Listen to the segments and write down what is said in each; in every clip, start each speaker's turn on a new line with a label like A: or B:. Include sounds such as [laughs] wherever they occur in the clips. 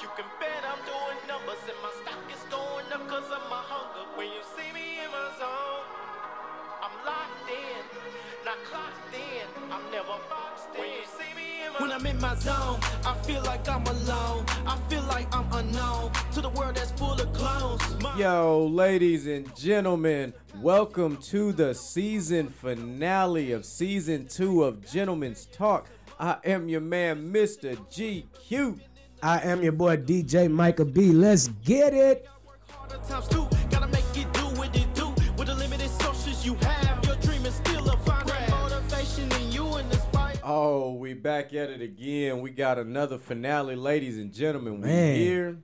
A: You can bet I'm doing numbers and my stock is going up cause of my hunger. When you see me in my zone, I'm locked in, not clocked in. I'm never boxed in. When you see me in my When I'm in my zone, I feel like I'm alone. I feel like I'm unknown to the world that's full of clones. My-
B: Yo, ladies and gentlemen, welcome to the season finale of season two of Gentlemen's Talk. I am your man, Mr. GQ.
C: I am your boy DJ Michael B. Let's get it.
A: Harder times two, gotta make it do what it do. With the limited sources you have, your dream is still a fine grab. motivation in you and the spite.
B: Oh, we back at it again. We got another finale, ladies and gentlemen. We
C: Man.
B: here.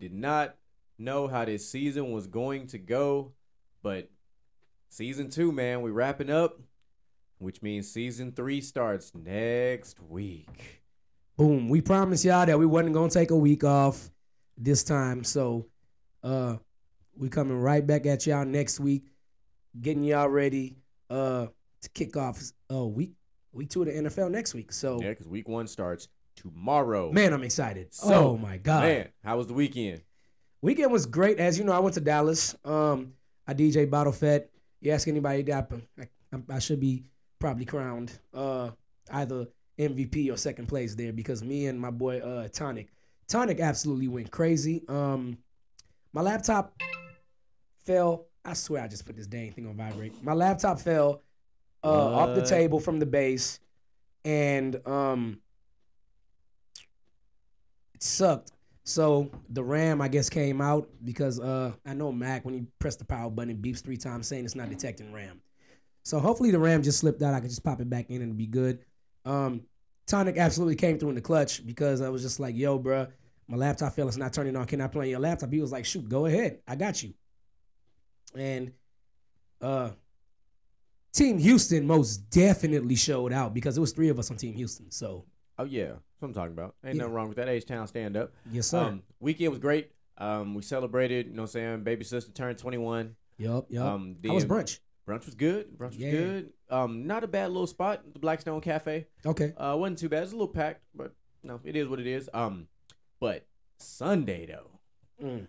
B: Did not know how this season was going to go, but season two, man, we wrapping up, which means season three starts next week.
C: Boom. We promised y'all that we wasn't gonna take a week off this time. So uh we coming right back at y'all next week, getting y'all ready uh to kick off uh week week two of the NFL next week. So
B: Yeah, because week one starts tomorrow.
C: Oh. man, I'm excited.
B: So,
C: oh my god.
B: Man, how was the weekend?
C: Weekend was great. As you know, I went to Dallas. Um, I DJ Bottle Fett. You ask anybody that, I, I, I should be probably crowned uh, either MVP or second place there because me and my boy uh, Tonic, Tonic absolutely went crazy. Um, my laptop fell. I swear, I just put this dang thing on vibrate. My laptop fell uh, off the
B: What?
C: table from the base, and um, it sucked. So the RAM, I guess, came out because uh, I know Mac when you press the power button, it beeps three times saying it's not detecting RAM. So hopefully the RAM just slipped out. I could just pop it back in and it'd be good. Um, Tonic absolutely came through in the clutch because I was just like, "Yo, bruh, my laptop fell. It's not turning on. Can I play on your laptop?" He was like, "Shoot, go ahead. I got you." And uh, Team Houston most definitely showed out because it was three of us on Team Houston. So
B: Oh yeah, that's what I'm talking about. Ain't
C: Yeah.
B: nothing wrong with that. H Town stand up.
C: yes, sir.
B: Um, weekend was great. Um, we celebrated. You know, what I'm saying baby sister turned 21.
C: yup, yup.
B: Um,
C: How was
B: then
C: brunch?
B: Brunch was good. Brunch was
C: Yeah.
B: good. Um, not a bad little spot, the Blackstone Cafe.
C: Okay.
B: Uh, wasn't too bad. It's a little packed, but no, it is what it is. Um, but Sunday though,
C: Mm.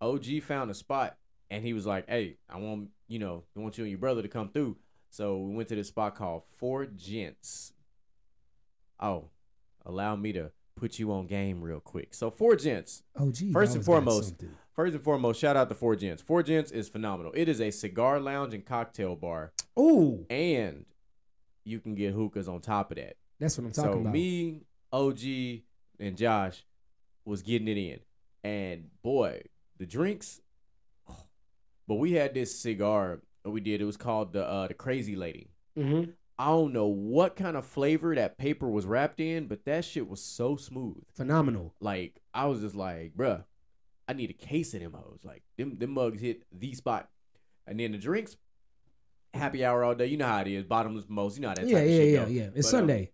B: OG found a spot and he was like, "Hey, I want you know, I want you and your brother to come through." So we went to this spot called Four Gents. Oh, allow me to put you on game real quick. So Four Gents,
C: Oh, gee.
B: First
C: I
B: and
C: was got
B: foremost,
C: something.
B: First and foremost, shout out to Four Gents. Four Gents is phenomenal. It is a cigar lounge and cocktail bar,
C: Ooh,
B: and you can get hookahs on top of that.
C: that's what I'm
B: So
C: talking about.
B: me, OG, and Josh was getting it in, and boy, the drinks. [sighs] But we had this cigar that we did. It was called the uh, the Crazy Lady.
C: Mhm.
B: I don't know what kind of flavor that paper was wrapped in, but that shit was so smooth
C: Phenomenal.
B: like I was just like, bruh, I need a case of them hoes. Like them them mugs hit the spot. And then the drinks, happy hour all day. You know how it is, bottomless most. You know how that
C: yeah,
B: type
C: yeah,
B: of shit
C: yeah,
B: go.
C: yeah. It's
B: But, um,
C: Sunday.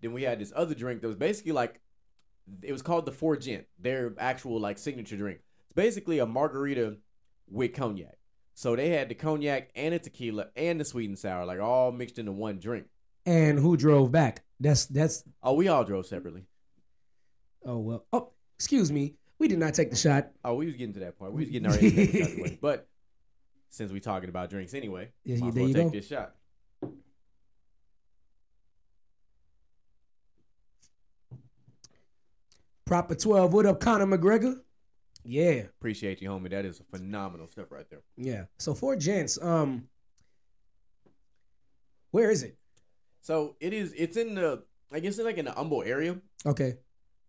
B: then we had this other drink that was basically like it was called the Four Gent, their actual like signature drink. It's basically a margarita with cognac. So they had the cognac and the tequila and the sweet and sour, like all mixed into one drink.
C: and who drove back? That's that's.
B: Oh, we all drove separately.
C: Oh well. Oh, excuse me. We did not take the shot.
B: Oh, we was getting to that point. We was getting our instincts out the way. But since we talking about drinks anyway,
C: Yeah,
B: might
C: you-
B: as
C: there
B: well
C: you
B: take
C: go.
B: this shot.
C: Proper twelve. What up, Conor McGregor? Yeah,
B: Appreciate you, homie. That is phenomenal stuff right there.
C: yeah. So four gents. Um, where is it?
B: So it is. It's in the. I guess it's like in the Humble area.
C: Okay.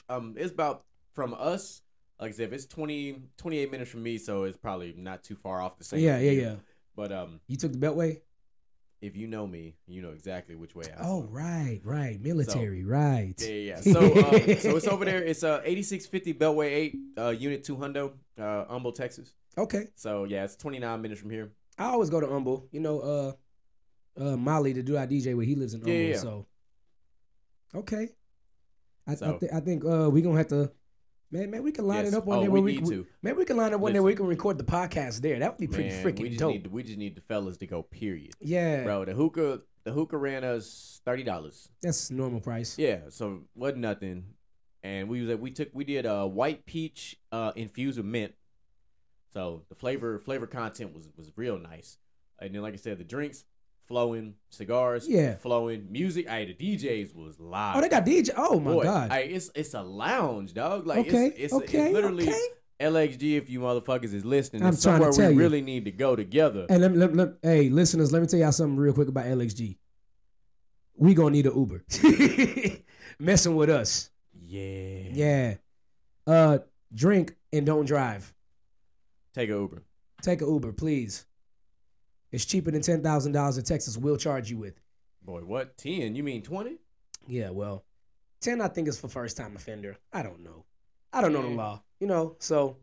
B: Um, it's about from us. Like I said, if it's 20, 28 minutes from me, so it's probably not too far off the same.
C: yeah, yeah,
B: thing.
C: yeah.
B: But um,
C: You took the Beltway.
B: if you know me, you know exactly which way I.
C: Oh right, right. Military, right.
B: Yeah, yeah.
C: [laughs]
B: yeah. So, um, so it's over there. It's uh eighty six fifty Beltway eight, uh, unit two hundo, uh, Humble, Texas.
C: Okay.
B: So yeah, it's twenty nine minutes from here.
C: I always go to Humble. You know, uh, uh, Molly, the dude I DJ where he lives in
B: Yeah,
C: Humble.
B: yeah, yeah.
C: So, okay. I, I,
B: So-
C: thi- I think uh, we gonna have to. Man, man, we can line
B: Yes.
C: it up one
B: Oh,
C: day.
B: we
C: where we,
B: need
C: we-
B: to.
C: Man, we can line up one day.
B: Listen.
C: where We can record the podcast there. That would be pretty
B: Man, we
C: freaking
B: just
C: dope.
B: Need, we just need the fellas to go. Period,
C: yeah,
B: bro. The hookah, the hookah ran us thirty dollars.
C: that's normal price.
B: Yeah, so wasn't nothing. and we was at, we took we did a uh, white peach uh, infused with mint. So the flavor flavor content was was real nice. And then like I said, the drinks flowing, cigars
C: Yeah.
B: flowing, music. I the DJs was live.
C: Oh, they got DJ. Oh my
B: Boy,
C: god.
B: ay, it's it's a lounge, dog. Like
C: okay.
B: it's, it's,
C: okay.
B: it's literally
C: okay.
B: LXG. If you motherfuckers is listening,
C: I'm
B: it's
C: trying
B: somewhere
C: to
B: we
C: tell you.
B: really need to go together.
C: Hey, let, me- let, let, hey, listeners, let me tell y'all something real quick about LXG. We gonna need an Uber. [laughs] Messing with us.
B: yeah,
C: Yeah. Uh, drink and don't drive.
B: Take a Uber.
C: Take an Uber, please. It's cheaper than ten thousand dollars in Texas. We'll charge you with.
B: Boy, what ten? You mean twenty?
C: Yeah, well, ten I think is for first time offender. I don't know. I don't know the law. You know, so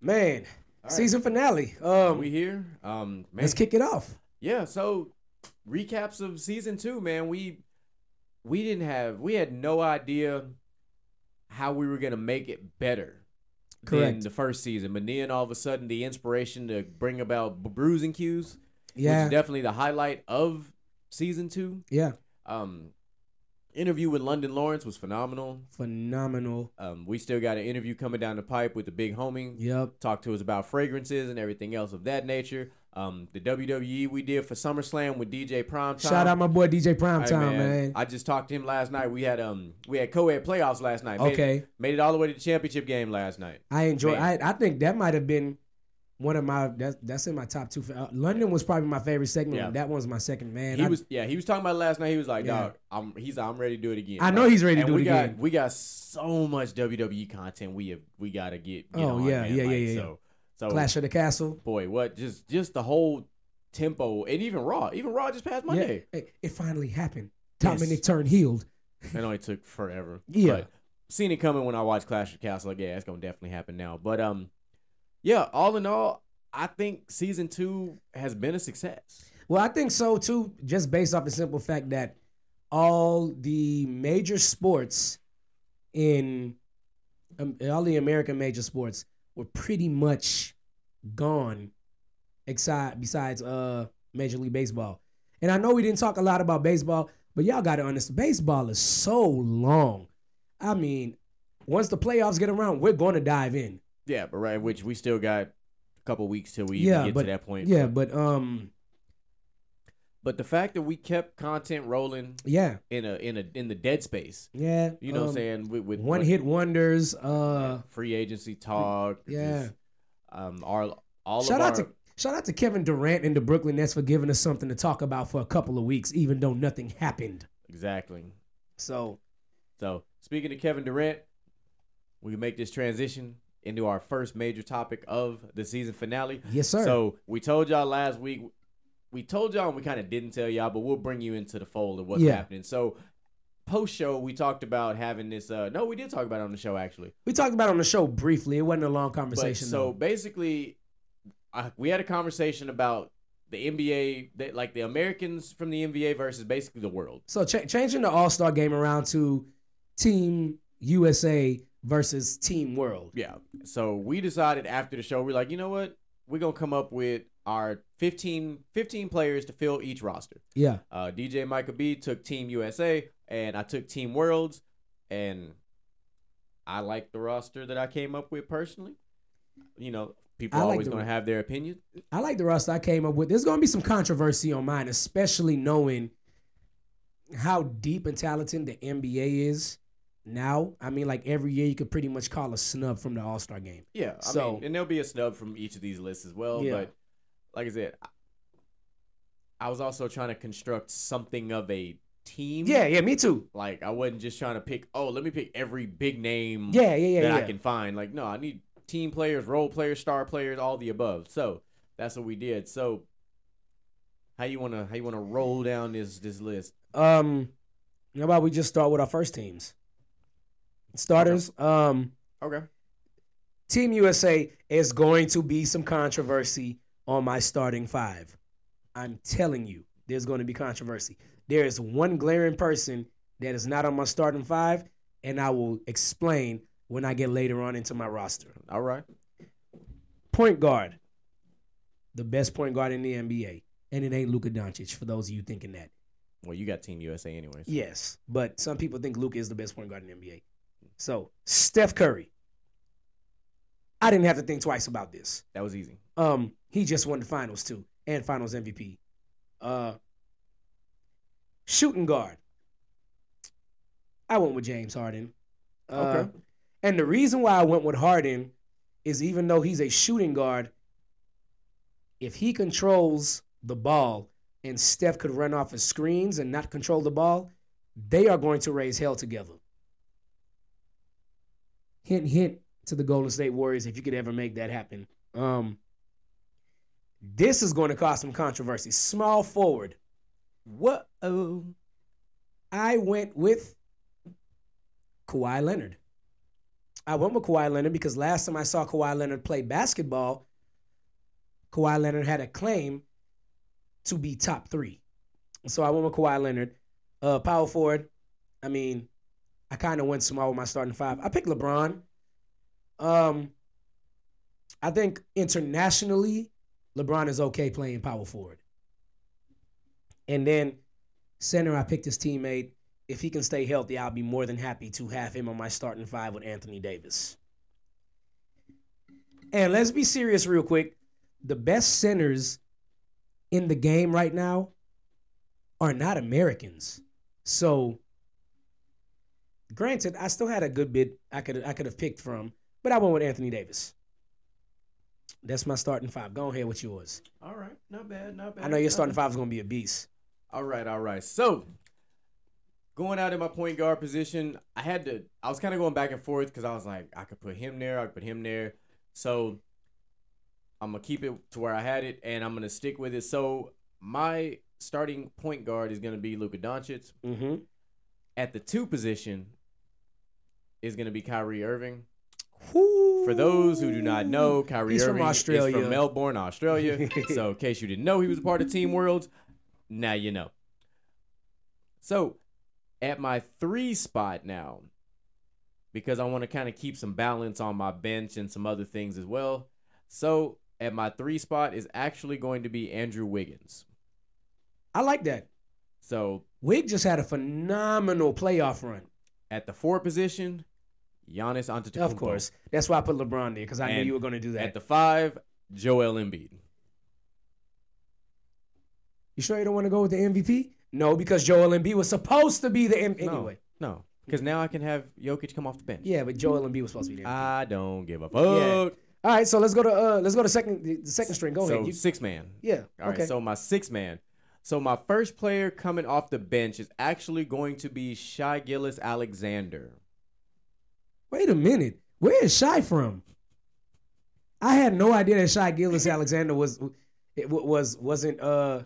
C: man, season finale. Um,
B: we here. Um, man.
C: let's kick it off.
B: yeah. So recaps of season two, man. We we didn't have we had no idea how we were gonna make it better than
C: Correct.
B: the first season, but then all of a sudden the inspiration to bring about b- bruising cues, which
C: Yeah,
B: is definitely the highlight of season two.
C: yeah,
B: Um, interview with London Lawrence was phenomenal.
C: phenomenal.
B: Um, we still got an interview coming down the pipe with the big homie.
C: Yep.
B: Talk to us about fragrances and everything else of that nature. Um, the WWE we did for SummerSlam with DJ Primetime.
C: Shout out my boy DJ Primetime,
B: Hey,
C: man.
B: I just talked to him last night. We had um we had co-ed playoffs last night. Made it-
C: Okay.
B: made it all the way to the championship game last night.
C: I enjoy. I
B: Man.
C: I think that might have been one of my that's that's in my top two. fa- Uh, London was probably my favorite segment.
B: Yeah.
C: but That one's my second man.
B: he
C: I,
B: was yeah he was talking about it last night. He was like,
C: Yeah.
B: dog, I'm he's I'm ready to do it again.
C: I know he's ready to
B: and
C: do
B: we
C: it
B: got,
C: again.
B: We got so much WWE content. We have we got to get. get
C: Oh,
B: on,
C: yeah,
B: man.
C: yeah, yeah,
B: Like,
C: yeah, yeah.
B: So so
C: Clash of the Castle.
B: boy, what just just the whole tempo and even Raw, even Raw just passed
C: Yeah,
B: Monday.
C: Hey, it finally happened.
B: Yes.
C: Dominic turned healed.
B: That only took forever.
C: Yeah.
B: But seen it coming when I watched Clash of the Castle. Like, yeah, it's gonna definitely happen now. But um, yeah. All in all, I think season two has been a success.
C: Well, I think so too, just based off the simple fact that all the major sports in um, all the American major sports were pretty much gone, except besides uh Major League Baseball. And I know we didn't talk a lot about baseball, but y'all got to understand, baseball is so long. I mean, once the playoffs get around, we're going to dive in.
B: Yeah, but right, which we still got a couple weeks till we
C: Yeah,
B: even get
C: but-
B: to that point.
C: Yeah, but um,
B: But the fact that we kept content rolling
C: yeah,
B: in a in a in the dead space,
C: yeah.
B: you know what
C: um,
B: I'm saying? With, with
C: One
B: with
C: hit wonders. Uh,
B: free agency talk.
C: yeah.
B: just, um our all
C: shout
B: of
C: out
B: our,
C: to shout out to Kevin Durant and the Brooklyn Nets for giving us something to talk about for a couple of weeks, even though nothing happened.
B: Exactly.
C: So
B: So speaking to Kevin Durant, we can make this transition into our first major topic of the season finale.
C: yes, sir.
B: So we told y'all last week. We told y'all and we kind of didn't tell y'all, but we'll bring you into the fold of what's
C: Yeah.
B: happening. So post show, we talked about having this. Uh, no, we did talk about it on the show actually.
C: we talked about it on the show briefly. It wasn't a long
B: But,
C: conversation.
B: so
C: though.
B: basically, I, we had a conversation about the NBA, that like the Americans from the NBA versus basically the world.
C: so cha- changing the All Star game around to Team USA versus Team World.
B: Yeah. So we decided after the show, we're like, you know what? We're going to come up with our 15, 15 players to fill each roster.
C: Yeah,
B: Uh, DJ Michael B took Team USA, and I took Team Worlds, and I like the roster that I came up with personally. You know, people
C: I
B: are
C: like
B: always
C: the-
B: going to have their opinion.
C: I like the roster I came up with. There's gonna be some controversy on mine, especially knowing how deep and talented the NBA is now. I mean, like every year you could pretty much call a snub from the All Star game.
B: Yeah, I
C: So-
B: mean, and there'll be a snub from each of these lists as well.
C: Yeah.
B: But like I said, I- I was also trying to construct something of a team.
C: Yeah, yeah, me too.
B: Like I wasn't just trying to pick. Oh, let me pick every big name
C: Yeah, yeah, yeah.
B: that I
C: yeah.
B: can find. Like no, I need team players, role players, star players, all the above. So that's what we did. So how you wanna how you wanna roll down this this list?
C: Um, how about we just start with our first teams? Starters. Um,
B: Okay.
C: Team USA is going to be some controversy on my starting five. I'm telling you, there's going to be controversy. There is one glaring person that is not on my starting five, and I will explain when I get later on into my roster.
B: All right.
C: Point guard, the best point guard in the NBA, and it ain't Luka Doncic. For those of you thinking that,
B: Well, you got Team USA anyways.
C: Yes, but some people think Luca is the best point guard in the NBA. So Steph Curry, I didn't have to think twice about this.
B: That was easy.
C: Um, he just won the finals too, and finals MVP. Uh shooting guard. I went with James Harden. Uh,
B: Okay.
C: And the reason why I went with Harden is even though he's a shooting guard, if he controls the ball and Steph could run off of screens and not control the ball, they are going to raise hell together. Hint, hint to the Golden State Warriors if you could ever make that happen. Um, this is going to cause some controversy. Small forward.
B: What? Oh.
C: I went with Kawhi Leonard. I went with Kawhi Leonard because last time I saw Kawhi Leonard play basketball, Kawhi Leonard had a claim to be top three. So I went with Kawhi Leonard. Uh, power forward, I mean, I kind of went small with my starting five. I picked LeBron. Um, I think internationally, LeBron is okay playing power forward. And then center, I picked his teammate. If he can stay healthy, I'll be more than happy to have him on my starting five with Anthony Davis. And let's be serious, real quick. The best centers in the game right now are not Americans. So, granted, I still had a good bit I could I could have picked from, but I went with Anthony Davis. That's my starting five. Go ahead with yours.
B: All right. Not bad. Not bad.
C: I know your
B: not
C: starting
B: bad.
C: five is going to be a beast.
B: All right, all right. So, going out in my point guard position, I had to. I was kind of going back and forth because I was like, I could put him there, I could put him there. So, I'm gonna keep it to where I had it, and I'm gonna stick with it. So, my starting point guard is gonna be Luka Doncic.
C: Mm-hmm.
B: At the two position, is gonna be Kyrie Irving.
C: For
B: For those who do not know, Kyrie
C: He's from
B: Irving
C: Australia.
B: is from Melbourne,
C: [laughs]
B: Australia. so, in case you didn't know he was a part of Team World, now you know. So, at my three spot now, because I want to kind of keep some balance on my bench and some other things as well. So, at my three spot is actually going to be Andrew Wiggins.
C: I like that.
B: So,
C: Wig just had a phenomenal playoff run.
B: at the four position, Giannis Antetokounmpo.
C: Of course, that's why I put LeBron there because I knew
B: And
C: you were going to do that.
B: At the five, Joel Embiid.
C: you sure you don't want to go with the MVP? No, because Joel Embiid was supposed to be the MVP. Anyway,
B: No, no, because now I can have Jokic come off the bench.
C: yeah, but Joel Embiid was supposed to be there.
B: I don't give a fuck.
C: All right, so let's go to uh, let's go to second the- the second string. Go
B: so
C: ahead. You,
B: six man.
C: yeah.
B: All right.
C: okay.
B: So my six man. So my first player coming off the bench is actually going to be Shy Gillis Alexander.
C: Wait a minute. Where is Shy from? I had no idea that
B: [laughs]
C: Shy Gillis Alexander was it wa- was wasn't uh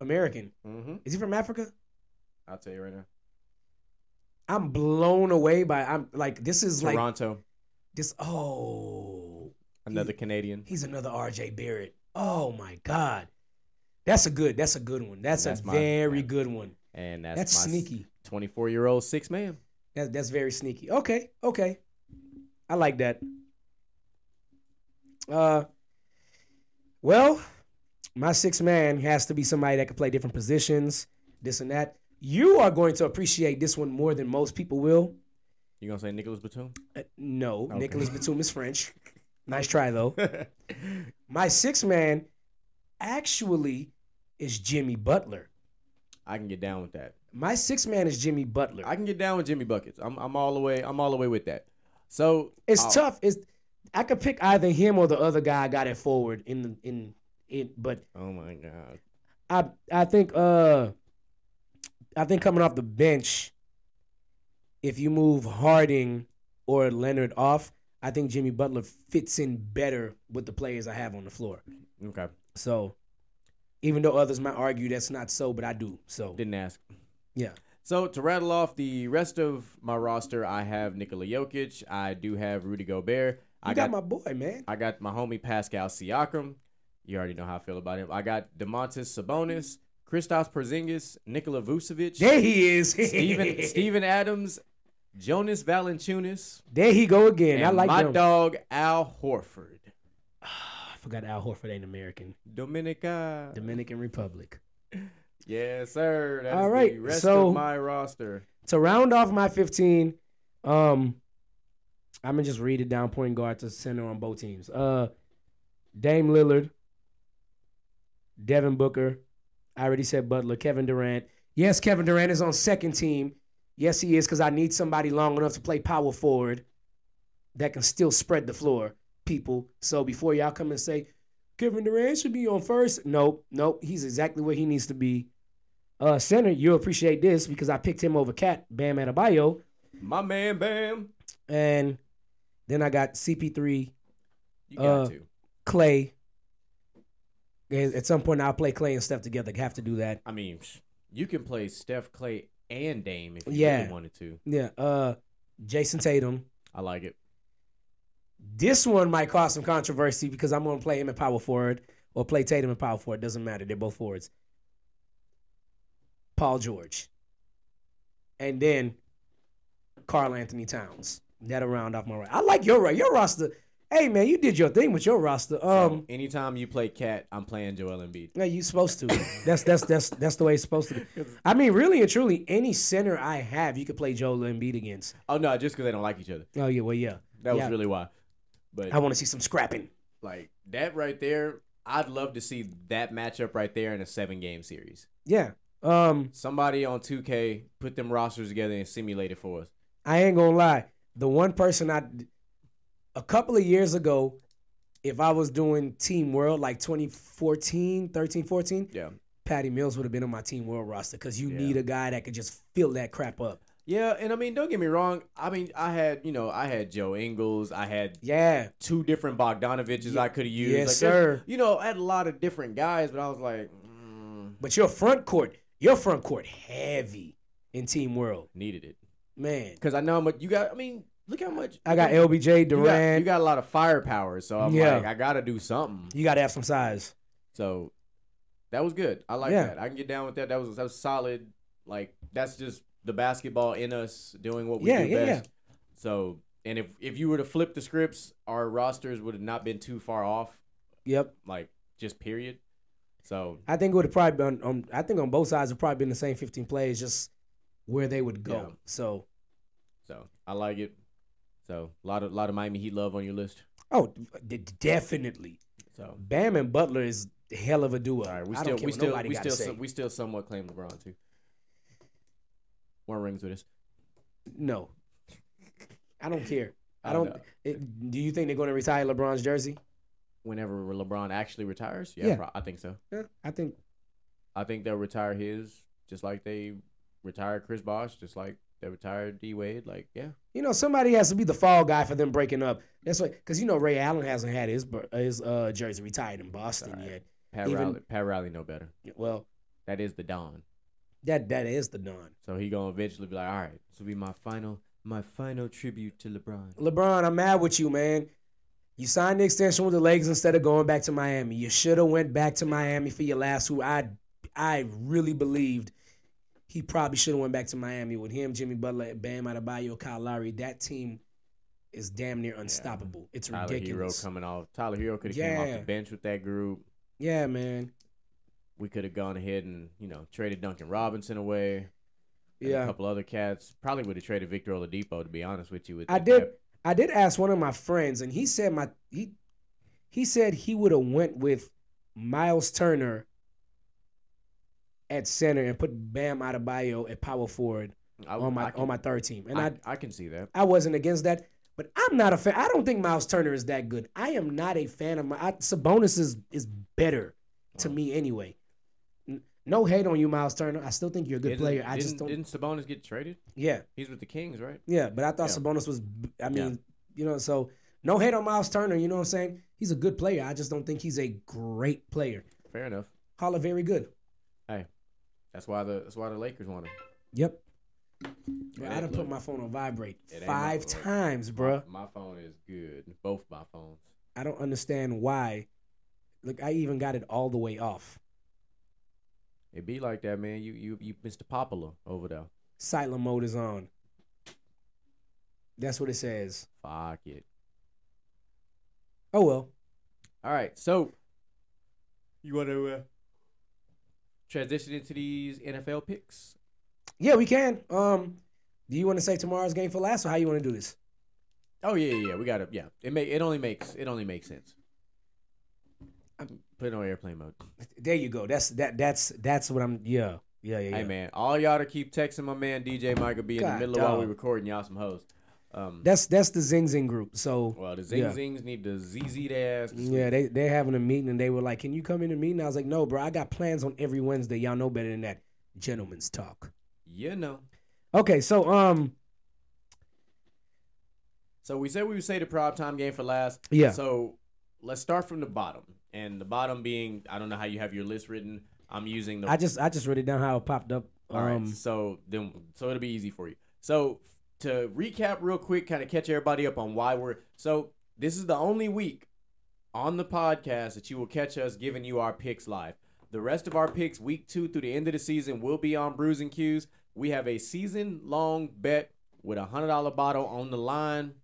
C: American.
B: Mm-hmm.
C: Is he from Africa?
B: I'll tell you right now.
C: I'm blown away by I'm like this is like
B: Toronto,
C: this oh
B: another Canadian.
C: he's another RJ Barrett. Oh my god. That's a good that's a good one. That's,
B: That's
C: a
B: my-
C: very
B: yeah.
C: good one.
B: And that's,
C: That's,
B: my
C: sneaky.
B: 24 year old six man.
C: That, that's very sneaky. Okay, okay. I like that. Uh well, my sixth man has to be somebody that can play different positions, this and that. You are going to appreciate this one more than most people will.
B: You gonna say Nicholas [laughs] Batum?
C: Uh, no,
B: Okay.
C: Nicholas Batum is French. Nice try though. My sixth man actually is Jimmy Butler.
B: I can get down with that.
C: My sixth man is Jimmy Butler.
B: I can get down with Jimmy buckets. I'm I'm all the way. I'm all the way with that. So oh,
C: it's
B: I'll-
C: tough. It's I could pick either him or the other guy I got it forward in the in it, but
B: Oh my god.
C: I I think uh I think coming off the bench, if you move Harding or Leonard off, I think Jimmy Butler fits in better with the players I have on the floor.
B: Okay.
C: So even though others might argue that's not so, but I do. So
B: Didn't ask.
C: yeah.
B: So to rattle off the rest of my roster, I have Nikola Jokic. I do have Rudy Gobert.
C: You
B: I got,
C: got, my boy, man.
B: I got my homie Pascal Siakam. You already know how I feel about him. I got Demontis Sabonis, Kristaps Porzingis, Nikola Vucevic,
C: There he is. [laughs]
B: Steven, Steven Adams, Jonas Valanciunas,
C: There he go again.
B: and
C: I like
B: my
C: them. [sighs]
B: dog Al Horford.
C: I forgot Al Horford ain't American.
B: Dominica.
C: Dominican Republic.
B: Yes, sir. That's
C: All
B: the
C: right,
B: rest
C: so-
B: of my roster.
C: to round off my 15, um, I'm gonna just read it down point guard to center on both teams. Uh, Dame Lillard, Devin Booker. I already said Butler, Kevin Durant. Yes, Kevin Durant is on second team. Yes, he is because I need somebody long enough to play power forward that can still spread the floor, people. So before y'all come and say Kevin Durant should be on first, nope, nope, he's exactly where he needs to be. Uh, center, you'll appreciate this because I picked him over Cat Bam Adebayo,
B: My man, Bam.
C: and then I got CP3
B: You got
C: Uh,
B: to.
C: Clay. And At some point, I'll play Clay and Steph together. Have to do that.
B: I mean, psh, you can play Steph, Clay, and Dame if you
C: Yeah.
B: really wanted to.
C: Yeah. Uh, Jason Tatum.
B: I like it.
C: This one might cause some controversy because I'm going to play him at power forward or play Tatum at power forward. Doesn't matter. They're both forwards. Paul George. And then Carl Anthony Towns. That'll round off my right. I like your right. Your roster. Hey, man, you did your thing with your roster. Um,
B: So, anytime you play Cat, I'm playing Joel Embiid.
C: No, you supposed to. That's that's that's that's the way it's supposed to be. I mean, really and truly, any center I have, you could play Joel Embiid against.
B: Oh no, just because they don't like each other.
C: Oh yeah, well yeah.
B: That
C: Yeah.
B: was really why. But
C: I want to see some scrapping.
B: like that right there, I'd love to see that matchup right there in a seven game series.
C: Yeah. Um,
B: Somebody on 2K put them rosters together and simulate it for us.
C: I ain't gonna lie. The one person I, a couple of years ago, if I was doing Team World like 2014, 13, 14,
B: Yeah.
C: Patty Mills would have been on my Team World roster because you
B: Yeah.
C: need a guy that could just fill that crap up.
B: Yeah, and I mean, don't get me wrong. I mean, I had, you know, I had Joe Ingles. I had
C: Yeah.
B: two different Bogdanoviches I could have used.
C: Yes,
B: like,
C: sir.
B: there's- You know, I had a lot of different guys, but I was like, mm,
C: But your front court, your front court heavy in Team World,
B: needed it
C: man.
B: because I know how much you got. I mean, look how much
C: I got LBJ
B: You
C: Durant.
B: got, you got a lot of firepower, so I'm
C: Yeah.
B: like, I gotta do something.
C: You got to have some size.
B: So that was good. I like
C: Yeah.
B: that. I can get down with that. That was that was solid. Like that's just the basketball in us doing what we
C: Yeah,
B: do
C: yeah,
B: best. So and if if you were to flip the scripts, our rosters would have not been too far off.
C: Yep.
B: Like just period. So
C: I think it would have probably been. Um, I think on both sides it would probably been the same 15 plays, just where they would go.
B: Yeah.
C: So,
B: so I like it. So a lot of lot of Miami Heat love on your list.
C: oh, d- definitely.
B: So
C: Bam and Butler is a hell of a duo.
B: all right, we
C: I
B: still
C: don't care
B: we
C: what
B: still
C: nobody
B: we
C: got to
B: still
C: say.
B: some- we still somewhat claim LeBron too. One rings with us.
C: no, I don't care. I
B: I
C: don't.
B: know.
C: It, do you think they're going to retire LeBron's jersey?
B: Whenever LeBron actually retires, yeah,
C: Yeah.
B: Pro- I think so.
C: Yeah, I think.
B: I think they'll retire his just like they retired Chris Bosh, just like they retired D Wade. Like, yeah.
C: You know, somebody has to be the fall guy for them breaking up. That's why, because you know Ray Allen hasn't had his bur- his uh, jersey retired in Boston
B: All right.
C: yet.
B: Pat
C: Even-
B: Riley Pat Riley know better.
C: Well,
B: That is the Don.
C: that that is the Don.
B: So he gonna eventually be like, All right, this will be my final my final tribute to LeBron.
C: LeBron, I'm mad with you, man. You signed the extension with the Lakers instead of going back to Miami. You should have went back to Miami for your last who I I really believed he probably should have went back to Miami with him, Jimmy Butler, Bam Adebayo, Kyle Lowry. That team is damn near unstoppable. It's
B: Tyler
C: ridiculous.
B: Hero coming off. Tyler Hero could have came off
C: Yeah.
B: the bench with that group.
C: yeah, man.
B: We could have gone ahead and, you know, traded Duncan Robinson away. and A
C: Yeah.
B: couple other cats. Probably would have traded Victor Oladipo, to be honest with you. With
C: I
B: that
C: did
B: cap.
C: I did ask one of my friends and he said my he he said he would have went with Miles Turner at center and put Bam Adebayo at power forward
B: I,
C: on my
B: Oh, I can,
C: on my third team. And
B: I,
C: I,
B: I can see that.
C: I wasn't against that, but I'm not a fan. I don't think Miles Turner is that good. I am not a fan of my I, Sabonis is is better to
B: Wow.
C: me anyway. N- No hate on you, Miles Turner. I still think you're a good
B: Isn't-
C: player. I
B: didn't-
C: just don't.
B: Didn't Sabonis get traded?
C: Yeah.
B: He's with the Kings, right?
C: Yeah, but I thought
B: Yeah.
C: Sabonis was. b-
B: Yeah.
C: I mean, you know, so no hate on Miles Turner. You know what I'm saying? He's a good player. I just don't think he's a great player.
B: Fair enough.
C: Holla, very good.
B: That's why the that's why the Lakers want him.
C: Yep.
B: It
C: Bro, I
B: ain't
C: done put
B: look-
C: my phone on vibrate
B: It ain't my
C: five
B: fault.
C: times, bruh.
B: My phone is good. Both my phones.
C: I don't understand why. Look, I even got it all the way off.
B: It be like that, man. You you you Mr. Popular over there.
C: Silent mode is on. That's what it says.
B: Fuck it.
C: Oh well.
B: All right, so you want to uh, transition into these NFL picks?
C: Yeah, we can. Um, do you want to say tomorrow's game for last, or how you want to do this?
B: Oh yeah, yeah, yeah, we got to yeah. It make it only makes it only makes sense.
C: I'm-
B: Put it on airplane mode.
C: There you go. That's that. That's that's what I'm. Yeah, yeah, yeah.
B: Hey
C: yeah.
B: man, all y'all to keep texting my man DJ Michael B in the
C: God
B: middle of while we
C: dog.
B: recording y'all some hoes. Um,
C: That's that's the Zing Zing group. So
B: well, the zing
C: yeah.
B: zings need to zz their ass. to sleep.
C: Yeah, they they having a meeting and they were like, "Can you come in a meeting?" I was like, "No, bro, I got plans on every Wednesday. Y'all know better than that. Gentlemen's talk."
B: you know.
C: Okay, so um,
B: So we said we would say the prime time game for last.
C: Yeah.
B: So let's start from the bottom, and the bottom being I don't know how you have your list written. I'm using the
C: I just I just wrote it down how it popped up.
B: All right,
C: Um,
B: So then, so it'll be easy for you. So to recap real quick, kind of catch everybody up on why we're so. This is the only week on the podcast that you will catch us giving you our picks live. The rest of our picks, week two through the end of the season, will be on Brews and Q's. We have a season long bet with a hundred dollar bottle on the line.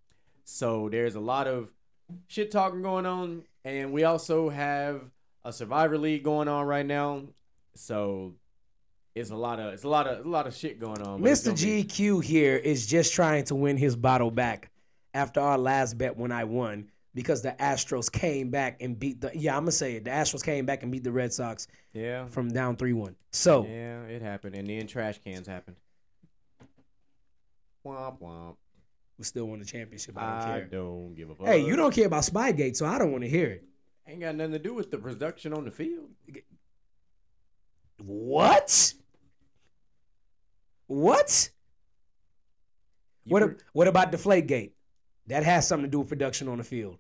B: So there's a lot of shit talking going on, and we also have a Survivor League going on right now. So it's a lot of it's a lot of a lot of shit going on. but it's
C: Mr.
B: gonna be-
C: GQ here is just trying to win his bottle back after our last bet when I won because the Astros came back and beat the yeah I'm gonna say it. The Astros came back and beat the Red Sox
B: yeah,
C: from down three one. So
B: yeah, it happened, and then trash cans happened. Womp womp.
C: we still won the championship. I don't
B: I
C: care.
B: don't give a fuck.
C: Hey, you don't care about Spygate, so I don't want to hear it.
B: ain't got nothing to do with the production on the field.
C: What? What?
B: You
C: what?
B: were-
C: ab- what about Deflategate? That has something to do with production on the field.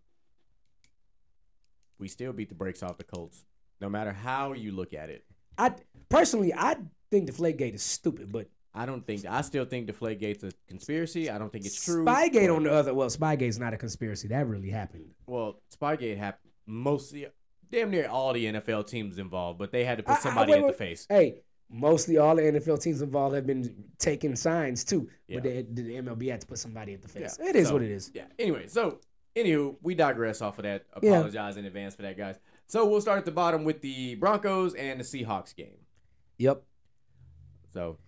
B: we still beat the brakes off the Colts, no matter how you look at it.
C: I personally, I think Deflategate is stupid, but
B: I don't think I still think Deflategate's a conspiracy. I don't think it's true.
C: Spygate
B: but-
C: on the other. Well, Spygate's not a conspiracy. That really happened.
B: well, Spygate happened mostly, damn near all the NFL teams involved, but they had to
C: I-
B: put
C: I-
B: somebody
C: wait,
B: at the
C: wait.
B: face.
C: Hey, mostly all the NFL teams involved have been taking signs too,
B: Yeah.
C: but they, the MLB had to put somebody at the face.
B: Yeah,
C: It is
B: so-
C: what it is.
B: Yeah. Anyway, so anywho, we digress off of that.
C: Yeah.
B: Apologize in advance for that, guys. So we'll start at the bottom with the Broncos and the Seahawks game.
C: Yep.
B: So,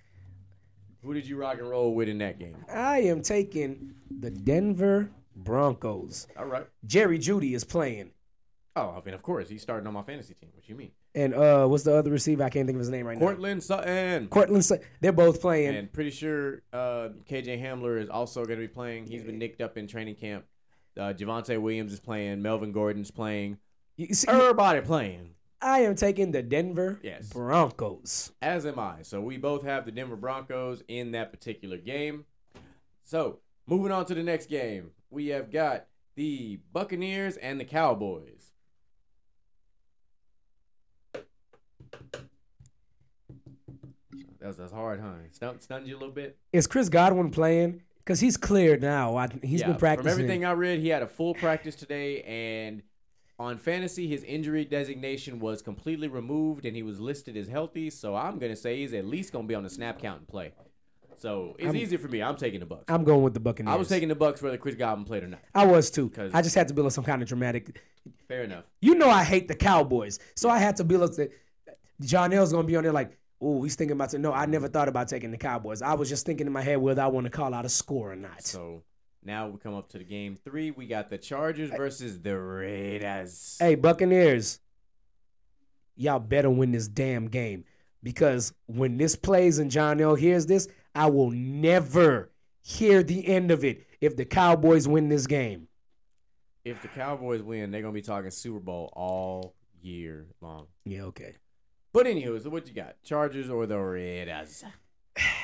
B: who did you rock and roll with in that game?
C: I am taking the Denver Broncos.
B: All right.
C: Jerry Judy is playing.
B: Oh, I mean, of course, he's starting on my fantasy team. What you mean?
C: And uh, what's the other receiver? I can't think of his name right now.
B: Cortland Sutton.
C: Cortland. Sut- They're both playing.
B: And pretty sure uh, KJ Hamler is also going to be playing. He's been nicked up in training camp. Uh, Javante Williams is playing. Melvin Gordon's playing.
C: You see,
B: Everybody playing.
C: I am taking the Denver
B: Yes.
C: Broncos.
B: as am I. So we both have the Denver Broncos in that particular game. So moving on to the next game, we have got the Buccaneers and the Cowboys. That was, that's hard, huh? Stunned, stunned you a little bit.
C: Is Chris Godwin playing? Because he's cleared now. I, he's
B: Yeah,
C: been practicing.
B: From everything I read, he had a full practice today, and on fantasy, his injury designation was completely removed, and he was listed as healthy. So I'm gonna say he's at least gonna be on the snap count and play. So it's
C: I'm-
B: easy for me. I'm taking the Bucks. i
C: I'm going with the Buccaneers.
B: was taking the Bucks whether Chris Godwin played or not.
C: I was too.
B: 'Cause-
C: I just had to build up some kind of dramatic.
B: Fair enough.
C: You know, I hate the Cowboys, so I had to build up the. John L's gonna be on there like, oh, he's thinking about. To, no, I never thought about taking the Cowboys. I was just thinking in my head whether I want to call out a score or not.
B: So now we come up to the game three. We got the Chargers versus the Raiders.
C: Hey, Buccaneers, y'all better win this damn game because when this plays and John L hears this, I will never hear the end of it if the Cowboys win this game.
B: If the Cowboys win, they're gonna be talking Super Bowl all year long.
C: Yeah, okay.
B: But anywho, so what you got? Chargers or the Raiders?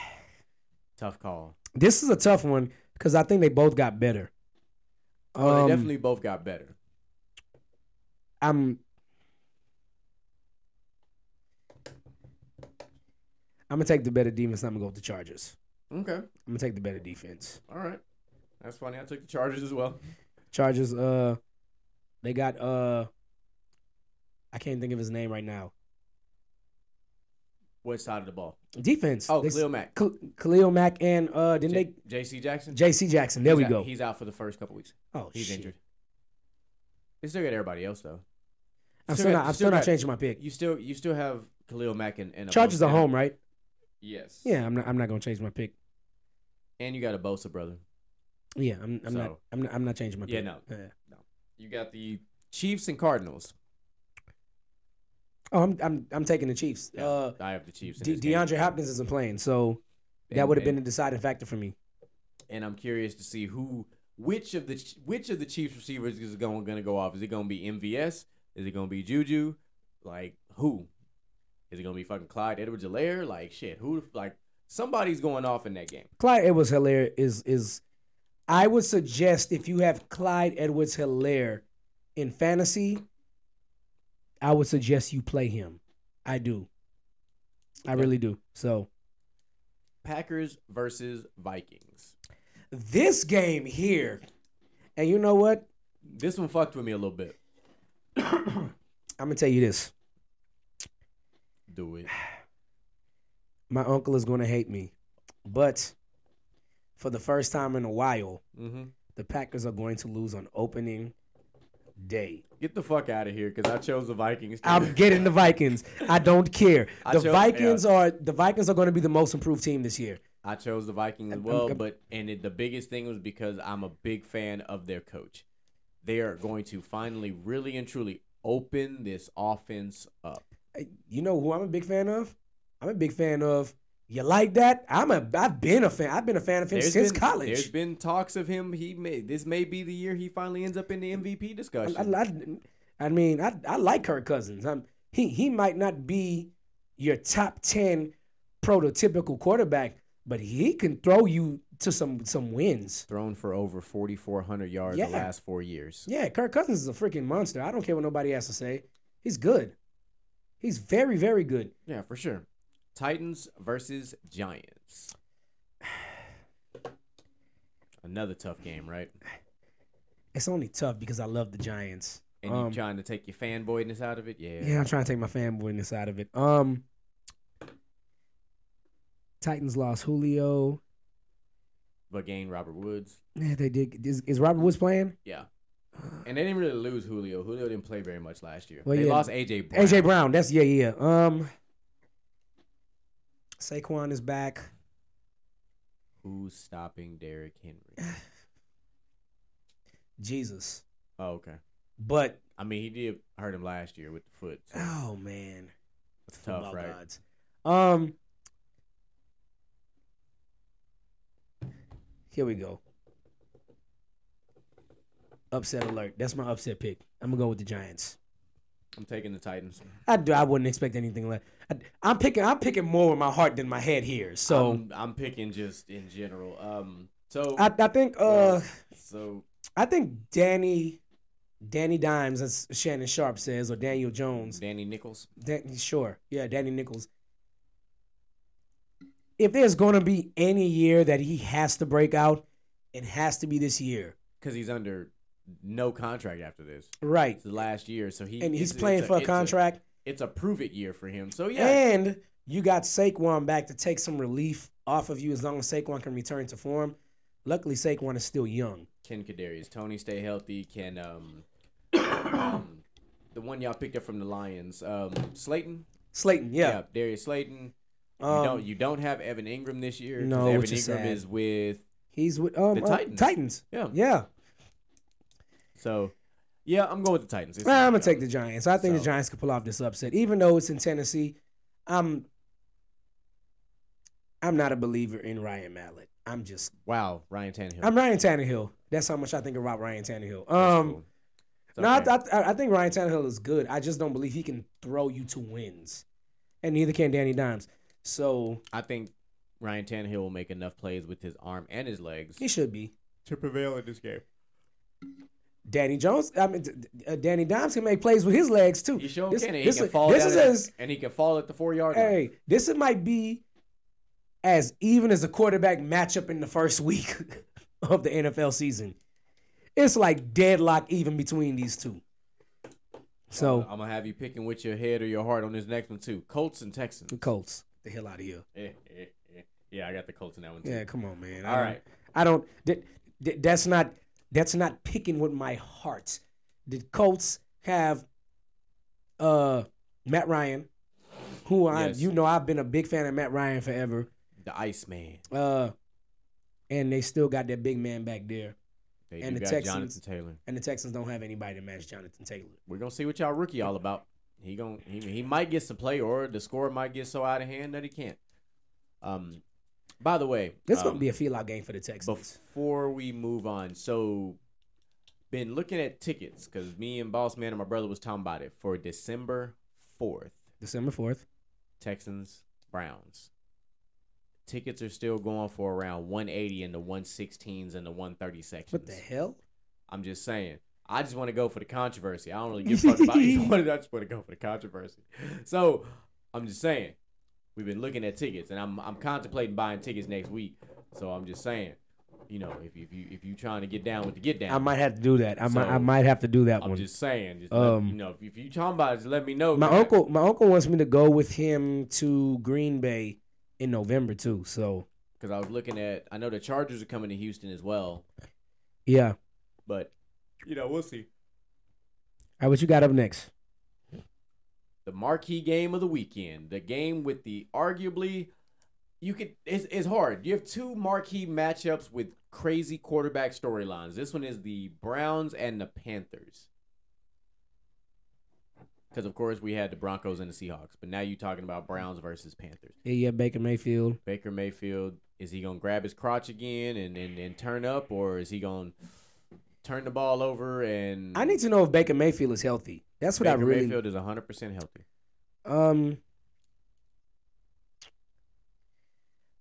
B: [sighs] Tough call.
C: This is a tough one because I think they both got better.
B: Well,
C: Um,
B: Oh, they definitely both got better.
C: I'm. I'm gonna take the better defense. and I'm gonna go with the Chargers.
B: Okay.
C: I'm gonna take the better defense.
B: All right. That's funny. I took the Chargers as well.
C: Chargers. Uh, they got uh, I can't think of his name right now.
B: What side of the ball?
C: Defense.
B: Oh,
C: They-
B: Khalil Mack.
C: Kh- Khalil Mack and uh, didn't
B: J- J.C.
C: they?
B: Jackson.
C: J.C. Jackson. There
B: He's
C: we
B: out-
C: go.
B: He's out for the first couple weeks.
C: oh,
B: He's
C: shit.
B: injured. They still got everybody else though. Still
C: I'm still
B: got-
C: not. I'm
B: still
C: still not
B: got-
C: changing my pick.
B: You still you still have Khalil Mack and, and a
C: Chargers
B: Bosa-
C: are home, right?
B: Yes.
C: Yeah, I'm not. I'm not gonna change my pick.
B: And you got a Bosa brother.
C: Yeah, I'm. I'm not.
B: So-
C: I'm not. I'm not changing my pick.
B: Yeah, no.
C: Yeah.
B: You got the Chiefs and Cardinals.
C: Oh, I'm. I'm. I'm taking the Chiefs.
B: Yeah,
C: Uh,
B: I have the Chiefs. in
C: De-
B: this game.
C: DeAndre Hopkins isn't playing, so that
B: And-
C: would have been
B: and-
C: a deciding factor for me.
B: and I'm curious to see who, which of the Ch- which of the Chiefs receivers is going going to go off. Is it going to be MVS? Is it going to be Juju? Like who? Is it going to be fucking Clyde edwards helaire Like shit, who? Like somebody's going off in that game.
C: Clyde Edwards Hilaire is is I would suggest if you have Clyde Edwards Hilaire in fantasy, I would suggest you play him. I do. I
B: Okay.
C: really do. So
B: Packers versus Vikings.
C: this game here, and you know what?
B: This one fucked with me a little bit.
C: I'm gonna tell you this.
B: [sighs] Do it.
C: My uncle is gonna hate me. But for the first time in a while,
B: hmm
C: the Packers are going to lose on opening day.
B: Get the fuck out of here because I chose the Vikings. too.
C: I'm getting the Vikings. I don't care.
B: I
C: The
B: chose-
C: Vikings are the Vikings are going to be the most improved team this year.
B: I chose the Vikings as
C: I'm-
B: well,
C: I'm-
B: but and it, the biggest thing was because I'm a big fan of their coach. They are going to finally, really and truly open this offense up.
C: You know who I'm a big fan of? I'm a big fan of. You like that? I'm a. I've been a fan. I've been a fan of him
B: There's
C: since
B: been- There's
C: college.
B: been talks of him. He may this may be the year he finally ends up in the MVP
C: I,
B: discussion.
C: I, I- I mean, I, I like Kirk Cousins. I'm, he he might not be your top ten prototypical quarterback, but he can throw you to some some wins.
B: Thrown for over 4,400 yards
C: Yeah.
B: the last four years.
C: Yeah, Kirk Cousins is a freaking monster. I don't care what nobody has to say. He's good. He's very very good.
B: Yeah, for sure. Titans versus Giants. [sighs] Another tough game, right?
C: It's only tough because I love the Giants.
B: And
C: Um,
B: you trying to take your fanboyness out of it?
C: Yeah, I'm trying to take my fanboyness out of it. Um, Titans lost Julio.
B: But gain Robert Woods.
C: Yeah, they did. Is, is Robert Woods playing?
B: Yeah. And they didn't really lose Julio. Julio didn't play very much last year.
C: Well,
B: they
C: yeah.
B: lost AJ Brown.
C: AJ Brown. That's yeah, yeah. Um, Saquon is back.
B: Who's stopping Derrick Henry?
C: Jesus,
B: Oh, okay.
C: but
B: I mean, he did hurt him last year with the foot. So
C: oh man,
B: it's tough,
C: Football
B: right?
C: gods. Um, here we go. Upset alert. That's my upset pick. I'm gonna go with the Giants.
B: I'm taking the Titans.
C: I do. I wouldn't expect anything less. I, I'm picking. I'm picking more with my heart than my head here. So
B: I'm, I'm picking just in general. Um, so
C: I, I think. Uh,
B: well, so
C: I think Danny, Danny Dimes, as Shannon Sharp says, or Daniel Jones.
B: Danny Nichols.
C: Dan, sure, yeah, Danny Nichols. If there's gonna be any year that he has to break out, it has to be this year,
B: Because he's under no contract after this.
C: right?
B: It's the last year, so he
C: And he's
B: it's-
C: playing
B: it's
C: for a
B: it's
C: contract,
B: it's a prove it year for him. So yeah,
C: and you got Saquon back to take some relief off of you as long as Saquon can return to form. Luckily, Saquon is still young.
B: Can Kadarius Tony stay healthy? Can um, [coughs] um the one y'all picked up from the Lions, um Slayton?
C: Slayton, yeah.
B: Darius Slayton.
C: Um,
B: you don't you don't have Evan Ingram this year. 'cause
C: No,
B: Evan
C: which is
B: Ingram
C: sad.
B: is with
C: he's with um,
B: The
C: uh,
B: Titans.
C: Titans.
B: yeah.
C: Yeah,
B: So yeah, I'm going with the Titans. It's-
C: I'm gonna take the Giants. I think the
B: So-
C: Giants could pull off this upset, even though it's in Tennessee. I'm, I'm not a believer in Ryan Mallett. I'm just,
B: Wow, Ryan Tannehill.
C: I'm Ryan Tannehill. That's how much I think about Ryan Tannehill.
B: That's
C: Um,
B: cool. It's
C: no, I,
B: okay.
C: I, I think Ryan Tannehill is good. I just don't believe he can throw you to wins, and neither can Danny Dimes. So
B: I think Ryan Tannehill will make enough plays with his arm and his legs
C: he should be.
B: to prevail in this game.
C: Danny Jones, I mean, d- d- uh, Danny Dimes can make plays with his legs too.
B: He sure
C: This-
B: can. and He
C: this
B: can
C: is-
B: fall
C: this
B: down
C: is
B: at-
C: his-
B: and he can fall at the four yard line.
C: Hey, this is- might be as even as a quarterback matchup in the first week [laughs] of the NFL season. It's like deadlock even between these two. So
B: I'm gonna have you picking with your head or your heart on this next one too. Colts and
C: [laughs]
B: Texans.
C: the Colts, the hell out of here.
B: Eh, eh, eh. yeah, I got the Colts in that one too.
C: Yeah, come on, man.
B: All
C: I don't-
B: right.
C: I don't. That, that, that's not. That's not picking with my heart. The Colts have uh, Matt Ryan, who I
B: Yes.
C: you know I've been a big fan of Matt Ryan forever.
B: The Iceman.
C: Uh, and they still got that big man back there,
B: They
C: And
B: do
C: the
B: got
C: Texans.
B: Jonathan Taylor.
C: and the Texans don't have anybody to match Jonathan Taylor.
B: We're gonna see what y'all rookie all about. He gon' he, he might get some play, or the score might get so out of hand that he can't. Um, by the way,
C: This
B: um,
C: gonna be a feel out game for the Texans.
B: before we move on, so been looking at tickets because me and Boss Man and my brother was talking about it for December fourth.
C: December fourth.
B: Texans Browns. Tickets are still going for around 180 in the 116s and the 130 sections.
C: What the hell?
B: I'm just saying. I just want to go for the controversy. I don't really give a fuck about either one. I just want to go for the controversy. So I'm just saying, we've been looking at tickets, and I'm I'm contemplating buying tickets next week. So I'm just saying, you know, if, if you if you trying to get down with the get down,
C: I might have to do that. I might I
B: So,
C: might have to do that
B: I'm
C: one.
B: just saying, just let-
C: Um,
B: you know, if, if you talking about it, just let me know.
C: my
B: man.
C: uncle my uncle wants me to go with him to Green Bay in November too. So
B: because I was looking at, I know the Chargers are coming to Houston as well,
C: yeah.
B: but you know, we'll see.
C: All right, what you got up next?
B: the marquee game of the weekend, the game with the arguably you could it's, it's hard. You have two marquee matchups with crazy quarterback storylines. This one is the Browns and the Panthers. Cuz of course we had the Broncos and the Seahawks, but now you're talking about Browns versus Panthers.
C: Yeah, yeah, Baker Mayfield.
B: Baker Mayfield is he going to grab his crotch again and, and and turn up or is he going to turn the ball over and
C: I need to know if Baker Mayfield is healthy. That's what
B: Baker
C: I really
B: Mayfield is 100% healthy.
C: um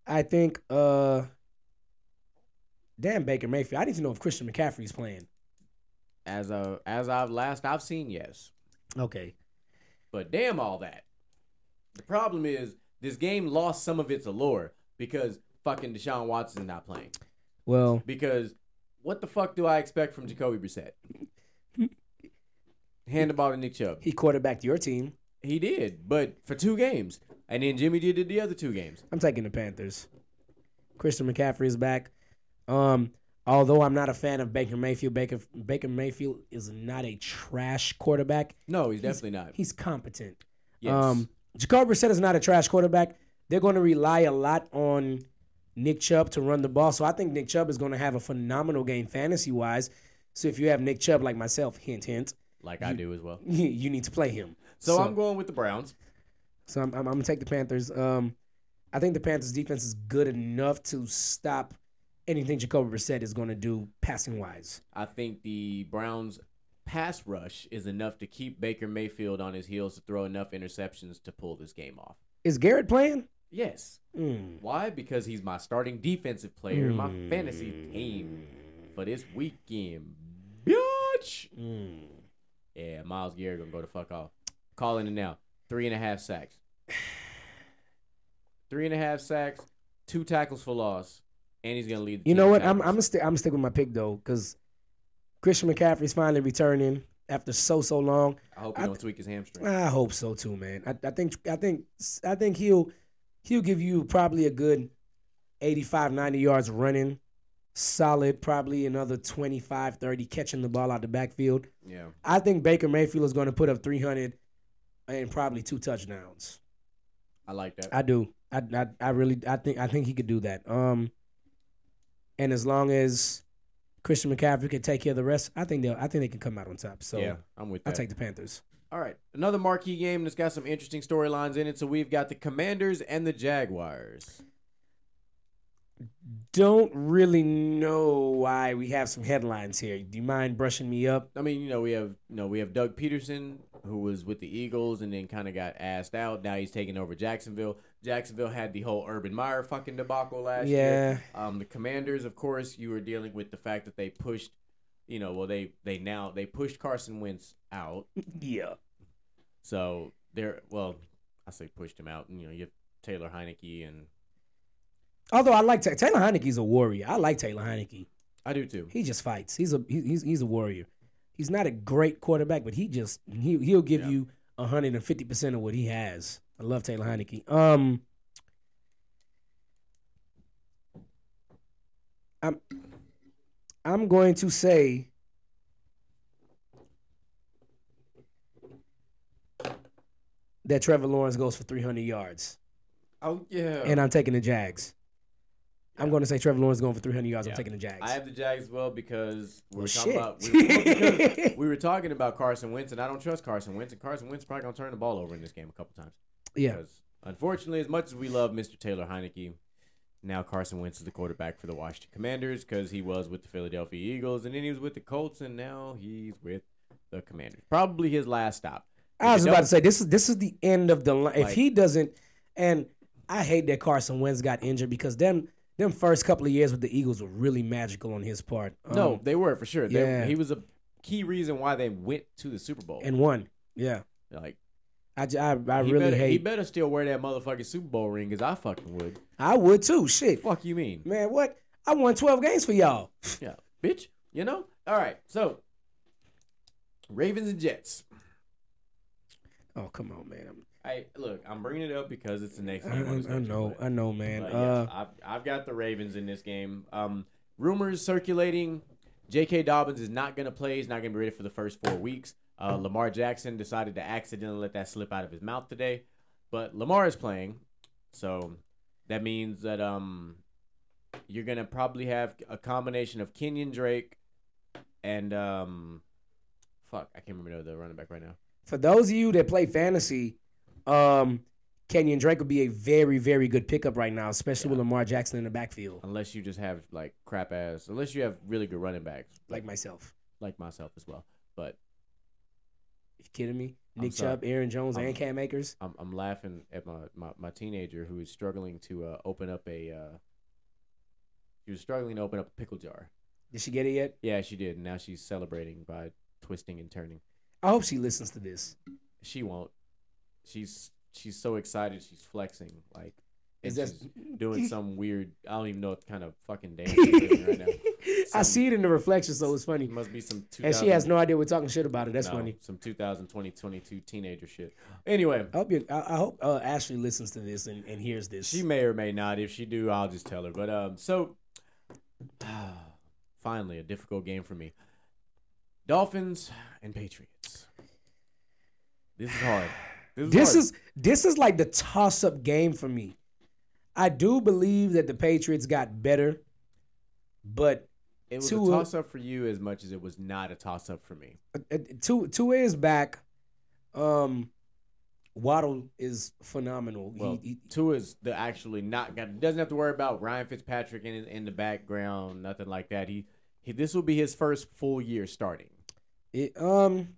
C: I think uh damn Baker Mayfield. I need to know if Christian McCaffrey's playing.
B: As of as I've last I've seen yes.
C: Okay.
B: But damn all that. The problem is this game lost some of its allure because fucking Deshaun Watson's not playing.
C: Well,
B: Because what the fuck do I expect from Jacoby Brissett? [laughs] Hand the ball to Nick Chubb.
C: he quarterbacked your team.
B: He did, but for two games. And then Jimmy did it the other two games.
C: I'm taking the Panthers. Christian McCaffrey is back. Um, although I'm not a fan of Baker Mayfield, Baker Baker Mayfield is not a trash quarterback.
B: No, he's definitely not.
C: He's competent.
B: Yes.
C: Um, Jacoby Brissett is not a trash quarterback. They're going to rely a lot on Nick Chubb to run the ball, so I think Nick Chubb is going to have a phenomenal game fantasy wise. So if you have Nick Chubb like myself, hint hint, [laughs]
B: like I do as well.
C: you need to play him.
B: So, I'm going with the Browns.
C: So I'm, I'm, I'm gonna take the Panthers. Um, I think the Panthers defense is good enough to stop anything Jacoby Brissett is gonna do passing wise.
B: I think the Browns pass rush is enough to keep Baker Mayfield on his heels to throw enough interceptions to pull this game off.
C: Is Garrett playing?
B: Yes.
C: Mm.
B: Why? Because he's my starting defensive player in my
C: Hmm.
B: fantasy team for this weekend. Bitch.
C: Mm.
B: Yeah, Miles Garrett gonna go to fuck off. Calling it now. Three and a half sacks. [sighs] Three and a half sacks, two tackles for loss, and he's gonna lead. The
C: You
B: team
C: know
B: in
C: what? I'm I'm
B: tackles.
C: gonna stick I'm gonna stick with my pick though, because Christian McCaffrey's finally returning after so so long.
B: I hope he
C: I
B: don't tweak his hamstring.
C: I hope so too, man. I, I think I think I think he'll he'll give you probably a good 85 90 yards running, solid, probably another 25 30 catching the ball out the backfield.
B: Yeah.
C: I think Baker Mayfield is going to put up 300 and probably two touchdowns.
B: I like that.
C: I do. I, I I really I think I think he could do that. Um and as long as Christian McCaffrey can take care of the rest, I think they will I think they can come out on top. So
B: yeah, I'm with that.
C: I'll take the Panthers.
B: All right, another marquee game that's got some interesting storylines in it. So we've got the Commanders and the Jaguars.
C: don't really know why we have some headlines here. Do you mind brushing me up?
B: I mean, you know, we have you know we have Doug Peterson who was with the Eagles and then kind of got asked out. Now he's taking over Jacksonville. Jacksonville had the whole Urban Meyer fucking debacle last year. Um, the Commanders, of course, you were dealing with the fact that they pushed, you know, well they they now they pushed Carson Wentz out. [laughs]
C: Yeah.
B: So they're well, I say pushed him out. You know, you have Taylor Heineke and
C: Although I like Ta- Taylor Heineke's a warrior. I like Taylor Heineke.
B: I do too.
C: He just fights. He's a he- he's he's a warrior. He's not a great quarterback, but he just he he'll give
B: Yeah.
C: you 150 percent of what he has. I love Taylor Heineke. Um, I'm I'm going to say that Trevor Lawrence goes for 300 yards,
B: Oh yeah.
C: and I'm taking the Jags. I'm going to say Trevor Lawrence going for 300 yards.
B: Yeah.
C: I'm taking the Jags.
B: I have the Jags as well because we
C: Well,
B: were
C: shit.
B: talking about we were, well,
C: [laughs]
B: because we were talking about Carson Wentz, and I don't trust Carson Wentz, and Carson Wentz probably gonna turn the ball over in this game a couple times.
C: yeah,
B: Because unfortunately, as much as we love Mr. Taylor Heineke, now Carson Wentz is the quarterback for the Washington Commanders because he was with the Philadelphia Eagles, and then he was with the Colts, and now he's with the Commanders. Probably his last stop. If
C: I was
B: you
C: about
B: don't-
C: to say this is this is the end of the line. If
B: Like-
C: he doesn't, and I hate that Carson Wentz got injured because them them first couple of years with the Eagles were really magical on his part. Um,
B: No, they were for sure. They,
C: yeah.
B: He was a key reason why they went to the Super Bowl. And
C: and one. Yeah,
B: like,
C: I j- I, I
B: he
C: really
B: better, He
C: hate.
B: better still wear that motherfucking Super Bowl ring because I fucking would.
C: I would too. Shit,
B: Fuck you
C: [laughs]
B: mean?
C: man, what? I won 12 games for y'all.
B: Yeah, bitch. You know. All right. So, Ravens and Jets.
C: Oh come on, man. I'm-
B: I look. I'm bringing it up because it's the next.
C: I,
B: game on this
C: I, I
B: list,
C: know,
B: but-
C: I know, man.
B: but yeah,
C: Uh,
B: I've, I've got the Ravens in this game. Um, rumors circulating: J.K. Dobbins is not going to play. He's not going to be ready for the first four weeks. Uh, Lamar Jackson decided to accidentally let that slip out of his mouth today, but Lamar is playing, so that means that um, you're going to probably have a combination of Kenyon Drake and um, fuck, I can't remember the running back right now.
C: for those of you that play fantasy, um, Kenyon Drake would be a very, very good pickup right now, especially with Lamar Jackson in the backfield,
B: Unless you just have like crap ass, unless you have really good running backs
C: like myself.
B: like myself as well, but.
C: You kidding me?
B: I'm
C: Nick
B: sorry.
C: Chubb, Aaron Jones,
B: I'm-
C: and Cam Akers.
B: I'm, I'm laughing at my, my, my teenager who is struggling to uh, open up a. Uh, she was struggling to open up a pickle jar.
C: Did she get it yet?
B: Yeah, she did. And now she's celebrating by twisting and turning.
C: I hope she listens to this.
B: She won't. She's she's so excited. She's flexing like.
C: Is
B: And
C: that- [laughs]
B: she's doing some weird? I don't even know what kind of fucking dance she's doing
C: [laughs]
B: right now.
C: I
B: Some-
C: see it in the reflection, so it's funny.
B: It must be some. 2000,
C: And she has no idea we're talking shit about it. That's funny.
B: Some 2020 22 teenager shit. Anyway,
C: I hope you, I, I hope uh, Ashley listens to this and, and hears this.
B: She may or may not. If she do, I'll just tell her. But um, so [sighs] finally, a difficult game for me. Dolphins and Patriots. This is hard. This is
C: This
B: hard.
C: is this is like the toss up game for me. I do believe that the Patriots got better, but
B: it was
C: Tua-
B: a toss up for you as much as it was not a toss up for me.
C: uh, uh, Tua Tua is back. Um, Waddle is phenomenal. He-
B: Well,
C: he,
B: Tua is the actually not got doesn't have to worry about Ryan Fitzpatrick in in the background, nothing like that. He, he this will be his first full year starting.
C: it, um,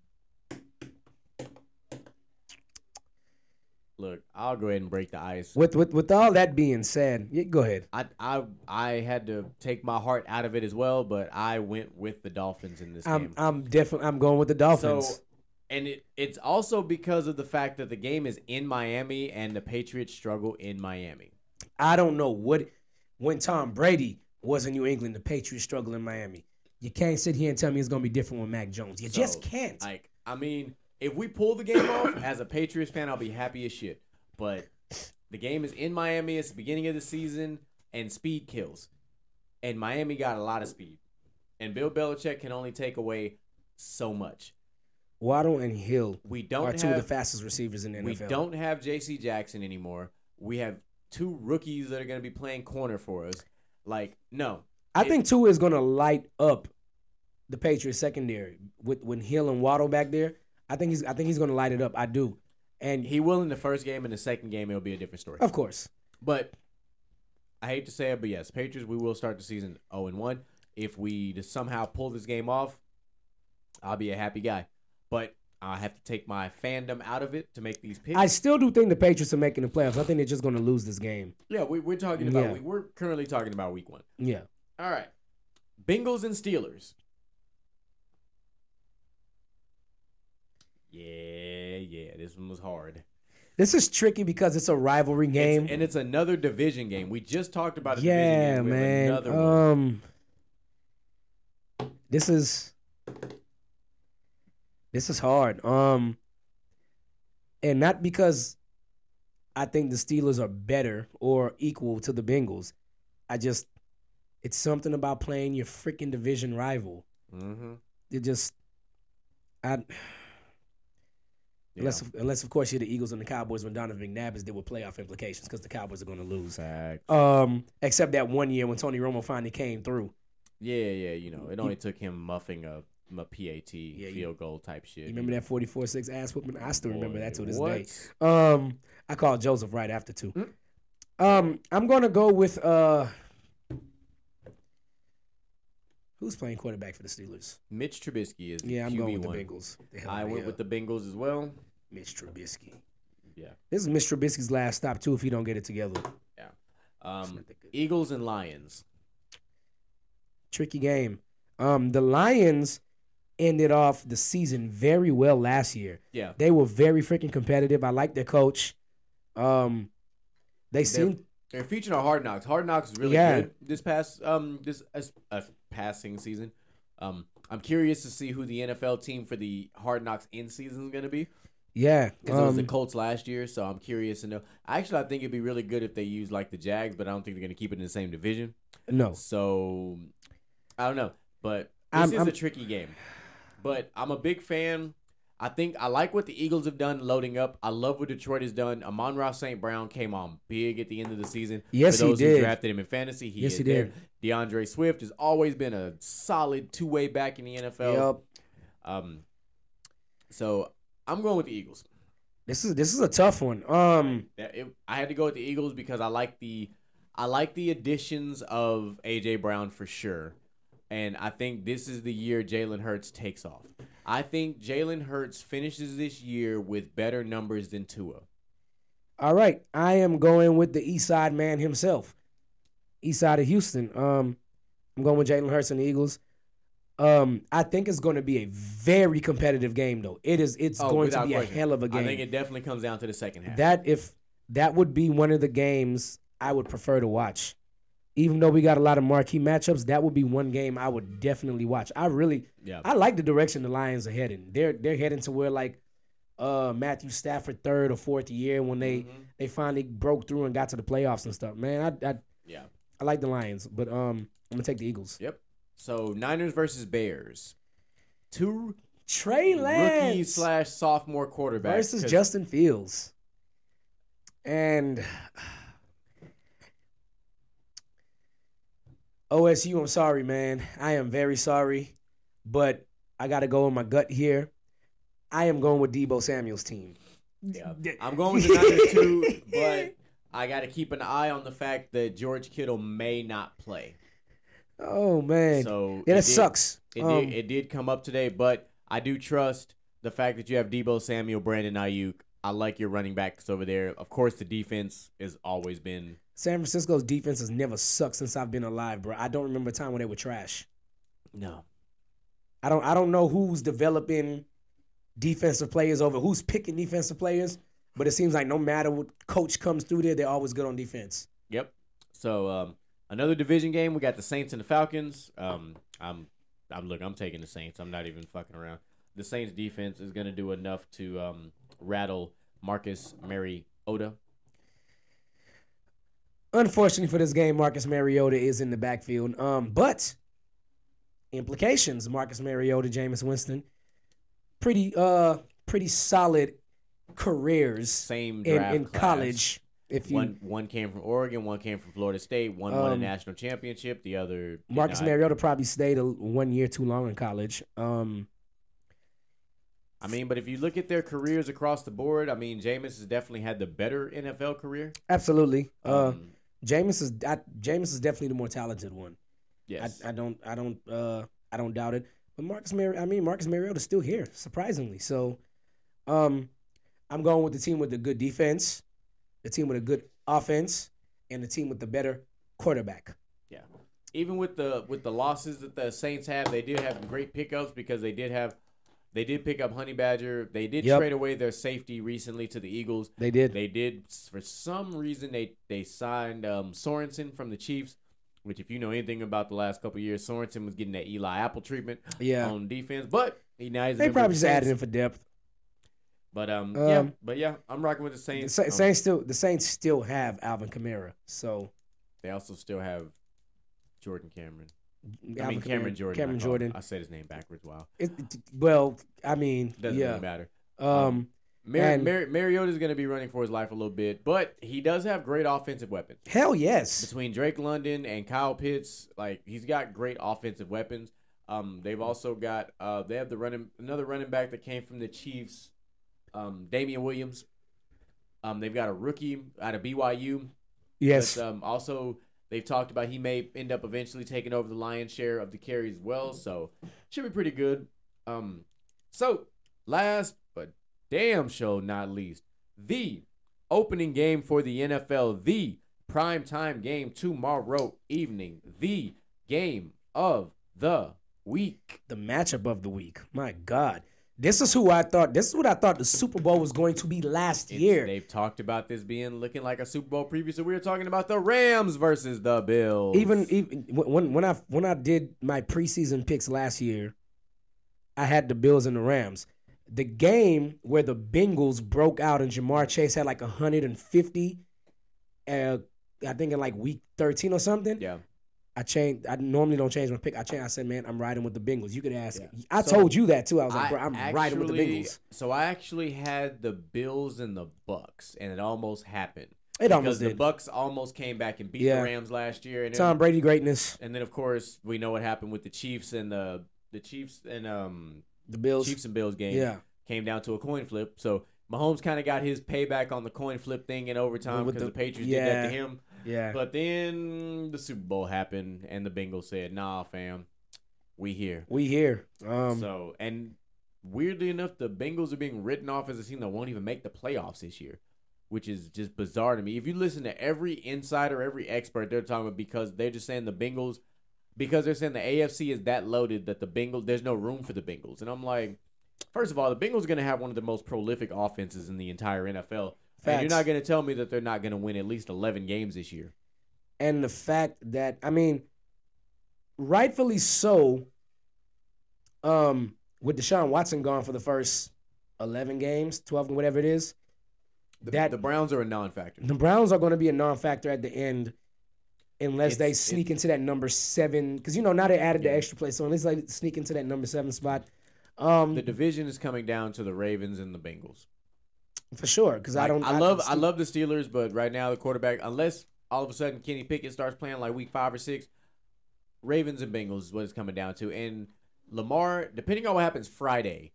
B: Look, I'll go ahead and break the ice.
C: with with with all that being said, yeah, go ahead.
B: I I I had to take my heart out of it as well, but I went with the Dolphins in this
C: I'm
B: game.
C: I'm definitely I'm going with the Um, uh, Dolphins.
B: So, and it it's also because of the fact that the game is in Miami and the Patriots struggle in Miami.
C: I don't know what when Tom Brady was in New England, the Patriots struggle in Miami. You can't sit here and tell me it's gonna be different with Mac Jones. You
B: So,
C: just can't.
B: Like I mean, if we pull the game off as a Patriots fan, I'll be happy as shit. But the game is in Miami. It's the beginning of the season, and speed kills. And Miami got a lot of speed, and Bill Belichick can only take away so much.
C: Waddle and Hill
B: We
C: are
B: don't
C: two of the
B: have
C: fastest receivers in the NFL.
B: We don't have J.C. Jackson anymore. We have two rookies that are going to be playing corner for us. Like, no,
C: I think Tua is gonna light up the Patriots secondary with when Hill and Waddle back there. I think he's I think he's gonna light it up. I do, and
B: he will in the first game. In the second game, it'll be a different story.
C: of course,
B: But I hate to say it, but yes, Patriots. We will start the season zero and one. If we to somehow pull this game off, I'll be a happy guy. But I have to take my fandom out of it to make these picks.
C: I still do think the Patriots are making the playoffs. I think they're just gonna lose this game.
B: yeah, we, we're talking about.
C: Yeah.
B: we- We're currently talking about week one.
C: Yeah,
B: All right, Bengals and Steelers. Yeah, yeah, this one was hard.
C: this is tricky because it's a rivalry game.
B: It's- and it's another division game. We just talked about a
C: yeah,
B: division game. We have
C: man.
B: Another one.
C: Um, this is this is hard. Um, and not because I think the Steelers are better or equal to the Bengals. I just it's something about playing your freaking division
B: Mm-hmm.
C: rival.
B: Mhm.
C: It just I
B: Yeah.
C: Unless, unless of course you're the Eagles and the Cowboys when Donovan McNabb is there with playoff implications because the Cowboys are going to lose.
B: Fact.
C: Um, except that one year when Tony Romo finally came through,
B: Yeah, yeah, you know, it only took him muffing a, a PAT
C: you-
B: field goal type shit.
C: you remember that 44-6 ass whooping? I still remember that to this
B: What?
C: day. Um, I called Joseph right after too.
B: Mm.
C: Um, I'm gonna go with uh, who's playing quarterback for the Steelers?
B: Mitch Trubisky is
C: Yeah, I'm
B: QB
C: going with
B: one.
C: the Bengals. They have
B: I
C: a,
B: went
C: uh,
B: with the Bengals as well.
C: Mitch Trubisky.
B: Yeah.
C: This is Mitch Trubisky's last stop too. If he don't get it together, It's
B: Um,
C: not that good.
B: Eagles and Lions.
C: tricky game. Um, the Lions ended off the season very well last year.
B: Yeah,
C: They were very freaking competitive. I like their coach. Um, they seem
B: they're featuring on Hard Knocks. Hard Knocks is really
C: Yeah.
B: good this past um this as, uh, passing season. Um, I'm curious to see who the NFL team for the Hard Knocks in season is going to be
C: yeah.
B: because it was the
C: um,
B: Colts last year. So I'm curious to know. Actually, I think it'd be really good if they use like the Jags, but I don't think they're going to keep it in the same division.
C: no.
B: So I don't know, but this
C: I'm-
B: is
C: I'm-
B: a tricky game. But I'm a big fan. I think I like what the Eagles have done loading up. I love what Detroit has done. Amon Ross St. Brown came on big at the end of the season.
C: Yes,
B: For
C: he
B: those
C: did.
B: who drafted him in fantasy, he
C: Yes,
B: is
C: he
B: there.
C: did.
B: DeAndre Swift has always been a solid two way back in the NFL.
C: Yep.
B: Um, so I'm going with the Eagles.
C: This is this is a tough one. Um,
B: That- it- I had to go with the Eagles because I like the I like the additions of AJ Brown for sure, and I think this is the year Jalen Hurts takes off. I think Jalen Hurts finishes this year with better numbers than Tua.
C: all right, I am going with the East Side man himself, East Side of Houston. Um, I'm going with Jalen Hurts and the Eagles. Um, I think it's going to be a very competitive game, though. It is. It's
B: Oh,
C: going to
B: without
C: be
B: question.
C: a hell of a game.
B: I think it definitely comes down to the second half.
C: that if that would be one of the games I would prefer to watch. Even though we got a lot of marquee matchups, that would be one game I would definitely watch. I really,
B: yeah,
C: I like the direction the Lions are heading. They're they're heading to where like uh Matthew Stafford third or fourth year when they
B: Mhm.
C: they finally broke through and got to the playoffs and stuff. Man, I I,
B: yeah.
C: I like the Lions, but um I'm gonna take the Eagles.
B: Yep. So Niners versus Bears, two
C: Trey
B: rookie
C: Lance
B: slash sophomore quarterbacks
C: versus
B: 'cause
C: Justin Fields. And [sighs] OSU, I'm sorry, man. I am very sorry, but I got to go in my gut here. I am going with Debo Samuel's team.
B: Yeah. I'm going with the Niners
C: [laughs]
B: too, but I got to keep an eye on the fact that George Kittle may not play.
C: Oh man,
B: So
C: yeah,
B: it
C: that
B: did-
C: sucks.
B: It
C: Um,
B: did, it did come up today, but I do trust the fact that you have Debo Samuel, Brandon Ayuk. I like your running backs over there. Of course, the defense has always been.
C: San Francisco's defense has never sucked since I've been alive, bro. I don't remember a time when they were trash.
B: No.
C: I don't I don't know who's developing defensive players over who's picking defensive players, but it seems like no matter what coach comes through there, they're always good on defense.
B: Yep. So um, another division game. We got the Saints and the Falcons. Um, I'm, I'm look. I'm taking the Saints. I'm not even fucking around. The Saints defense is gonna do enough to um, rattle Marcus Mary Oda.
C: Unfortunately for this game, Marcus Mariota is in the backfield. Um, but implications: Marcus Mariota, Jameis Winston, pretty uh pretty solid careers
B: Same
C: in,
B: draft
C: in
B: class.
C: college. If you
B: One one came from Oregon, one came from Florida State, one won a
C: Um,
B: national championship, the other did
C: Marcus
B: not.
C: Mariota probably stayed a, one year too long in college. Um,
B: I mean, but if you look at their careers across the board, I mean, Jameis has definitely had the better NFL career.
C: absolutely. Uh,
B: Um,
C: Jameis is I, Jameis is definitely the more talented one.
B: yes,
C: I, I don't I don't uh I don't doubt it. But Marcus Mar- I mean Marcus Mariota's still here, surprisingly. So um I'm going with the team with the good defense, the team with a good offense, and the team with the better quarterback.
B: even with the with the losses that the Saints have, they did have great pickups because they did have they did pick up Honey Badger. They did
C: Yep.
B: trade away their safety recently to the Eagles.
C: They did.
B: They did for some reason they they signed um, Sorensen from the Chiefs, which if you know anything about the last couple of years, Sorensen was getting that Eli Apple treatment
C: yeah.
B: on defense, but he now he's a member
C: they
B: of Um, the
C: probably just
B: Saints.
C: added him for depth.
B: But um,
C: Um,
B: yeah, but yeah, I'm rocking with the
C: The
B: Saints.
C: Sa-
B: Um,
C: Saints still the Saints still have Alvin Kamara. So
B: They also still have Jordan Cameron. I
C: Alvin
B: mean Cameron
C: Kamara-
B: Jordan. I
C: Cameron
B: call him.
C: Jordan.
B: I said his name backwards. Wow,
C: It, it- well, I mean,
B: doesn't
C: yeah.
B: really matter.
C: Um,
B: Mar-
C: And-
B: Mar- Mariota's going to be running for his life a little bit, but he does have great offensive weapons.
C: Hell yes.
B: Between Drake London and Kyle Pitts, like he's got great offensive weapons. Um, they've also got uh, they have the running another running back that came from the Chiefs, um, Damian Williams. Um, they've got a rookie out of BYU
C: Yes.
B: but um, also, they've talked about he may end up eventually taking over the lion's share of the carries as well. So, should be pretty good. Um, so, last but damn show not least, the opening game for the NFL, the prime time game tomorrow evening, the game of the week.
C: the matchup of the week. My God. This is who I thought. This is what I thought the Super Bowl was going to be last
B: It's-
C: year.
B: They've talked about this being looking like a Super Bowl preview. So, we were talking about the Rams versus the Bills.
C: even even when when I when I did my preseason picks last year, I had the Bills and the Rams. The game where the Bengals broke out and Jamar Chase had like 150, uh, I think in like week 13 or something.
B: Yeah.
C: I changed. I normally don't change my pick. I changed. I said, man, I'm riding with the Bengals. You could ask.
B: Yeah.
C: I
B: So,
C: told you that too. I was like, bro, I'm riding with the
B: actually-
C: Bengals.
B: So I actually had the Bills and the Bucks, and it almost happened.
C: It
B: because
C: almost
B: the
C: did.
B: Bucks almost came back and beat
C: Yeah.
B: the Rams last year, and
C: Tom
B: then,
C: Brady greatness.
B: and then of course we know what happened with the Chiefs and the the Chiefs and um
C: The Bills.
B: Chiefs and Bills game
C: yeah.
B: came down to a coin flip. So Mahomes kind of got his payback on the coin flip thing in overtime
C: With
B: because
C: the-
B: the, Patriots did that to
C: yeah.
B: him.
C: Yeah.
B: But then the Super Bowl happened, and the Bengals said, "Nah, fam, we here."
C: we here. Um,
B: so and weirdly enough, the Bengals are being written off as a team that won't even make the playoffs this year, which is just bizarre to me. If you listen to every insider, every expert, they're talking about because they're just saying the Bengals because they're saying the AFC is that loaded that the Bengals there's no room for the Bengals, and I'm like. First of all, the Bengals are going to have one of the most prolific offenses in the entire NFL. And you're
C: Facts.
B: not going to tell me that they're not going to win at least 11 games this year.
C: and the fact that I mean, rightfully so. Um, with Deshaun Watson gone for the first eleven games, twelve, whatever it is,
B: The,
C: That-
B: the Browns are a non-factor.
C: the Browns are going to be a non-factor at the end, unless they
B: It's-
C: sneak
B: it-
C: into that number seven. Because you know now they added
B: Yeah.
C: the extra play, so unless they sneak into that number seven spot, um,
B: The division is coming down to the Ravens and the Bengals.
C: for sure. Because I
B: Like,
C: don't.
B: I love.
C: don't
B: I love the Steelers, but right now the quarterback, unless all of a sudden Kenny Pickett starts playing like week five or six, Ravens and Bengals is what it's coming down to. And Lamar, depending on what happens Friday,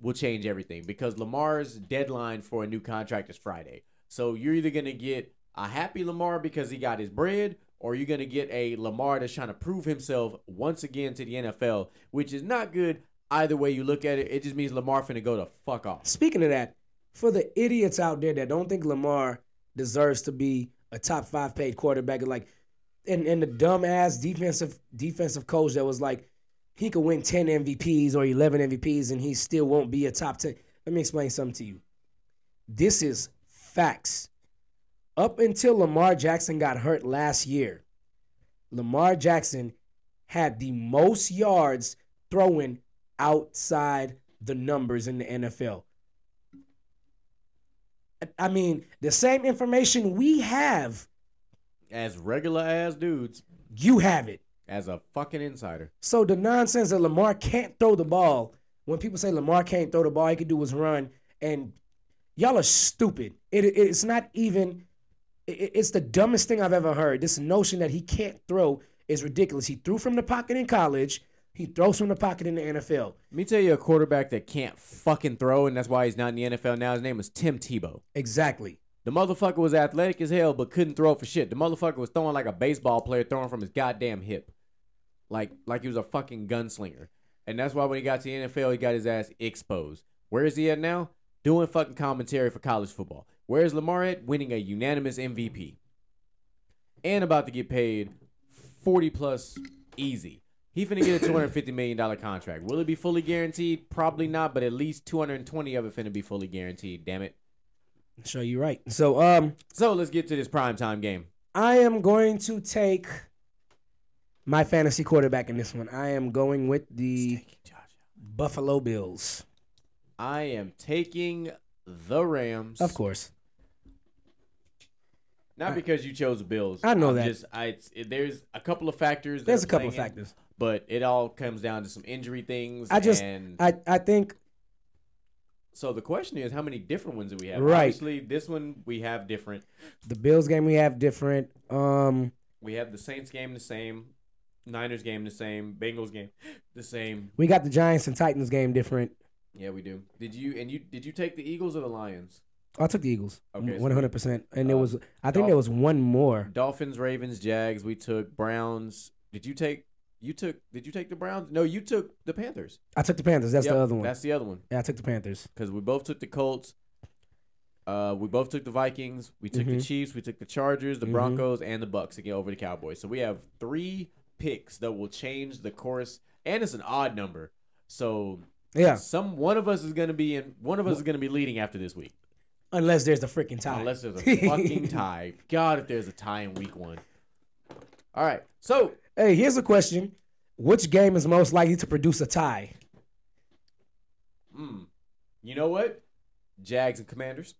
B: will change everything because Lamar's deadline for a new contract is Friday. So you're either gonna get a happy Lamar because he got his bread, or you're gonna get a Lamar that's trying to prove himself once again to the NFL, which is not good. Either way you look at it, it just means Lamar finna go to fuck off.
C: Speaking of that, for the idiots out there that don't think Lamar deserves to be a top five paid quarterback, like, and and the dumbass defensive defensive coach that was like, he could win ten MVPs or eleven MVPs and he still won't be a top ten. Let me explain something to you. This is facts. Up until Lamar Jackson got hurt last year, Lamar Jackson had the most yards throwing outside the numbers in the NFL. I- I mean, the same information we have,
B: As regular ass dudes.
C: you have it.
B: as a fucking insider.
C: So the nonsense that Lamar can't throw the ball, when people say Lamar can't throw the ball, all he can do is run, and y'all are stupid. It, it- it's not even. it- it- it's the dumbest thing I've ever heard. This notion that he can't throw is ridiculous. He threw from the pocket in college. He throws from the pocket in the NFL.
B: Let me tell you a quarterback that can't fucking throw, and that's why he's not in the NFL now. His name is Tim Tebow.
C: Exactly.
B: The motherfucker was athletic as hell, but couldn't throw for shit. The motherfucker was throwing like a baseball player, throwing from his goddamn hip, like like he was a fucking gunslinger. And that's why when he got to the NFL, he got his ass exposed. Where is he at now? Doing fucking commentary for college football. Where is Lamar at? Winning a unanimous MVP, and about to get paid forty plus easy. He finna get a two hundred fifty million dollar contract. Will it be fully guaranteed? Probably not, but at least two hundred twenty of it finna be fully guaranteed. Damn it.
C: Sure, you're right. So, um,
B: So let's get to this primetime game.
C: I am going to take my fantasy quarterback in this one. I am going with the Buffalo Bills.
B: I am taking the Rams.
C: Of course.
B: Not because you chose the Bills.
C: I know
B: I'm
C: that.
B: Just, I, it's, it- there's a couple of factors. that
C: There's
B: are
C: a couple of
B: playing in,
C: factors.
B: But it all comes down to some injury things.
C: I just
B: And
C: I, I think
B: So the question is, how many different ones do we have?
C: Right.
B: Obviously, this one we have different.
C: The Bills game we have different. Um,
B: We have the Saints game the same, Niners game the same, Bengals game the same.
C: we got the Giants and Titans game different.
B: Yeah, we do. Did you and you did you take the Eagles or the Lions?
C: I took the Eagles,
B: Okay, so-
C: one hundred percent. And there
B: Uh,
C: was, I think there was one more.
B: Dolphins, Ravens, Jags. We took Browns. Did you take? You took? Did you take the Browns? No, you took the Panthers.
C: I took the Panthers. That's the
B: Yep,
C: other one.
B: That's the other one
C: Yeah, I took the Panthers.
B: because we both took the Colts. Uh, we both took the Vikings. We took the
C: Mhm.
B: Chiefs. We took the Chargers, the
C: Mhm.
B: Broncos, and the Bucks again over the Cowboys. So we have three picks that will change the course, and it's an odd number. So
C: Yeah,
B: some one of us is going to be in. One of us is going to be leading after this week,
C: unless there's the freaking tie.
B: unless there's a
C: [laughs]
B: fucking tie. God, if there's a tie in week one. All right, so
C: Hey, here's a question: Which game is most likely to produce a tie?
B: Mm. You know what? Jags and Commanders.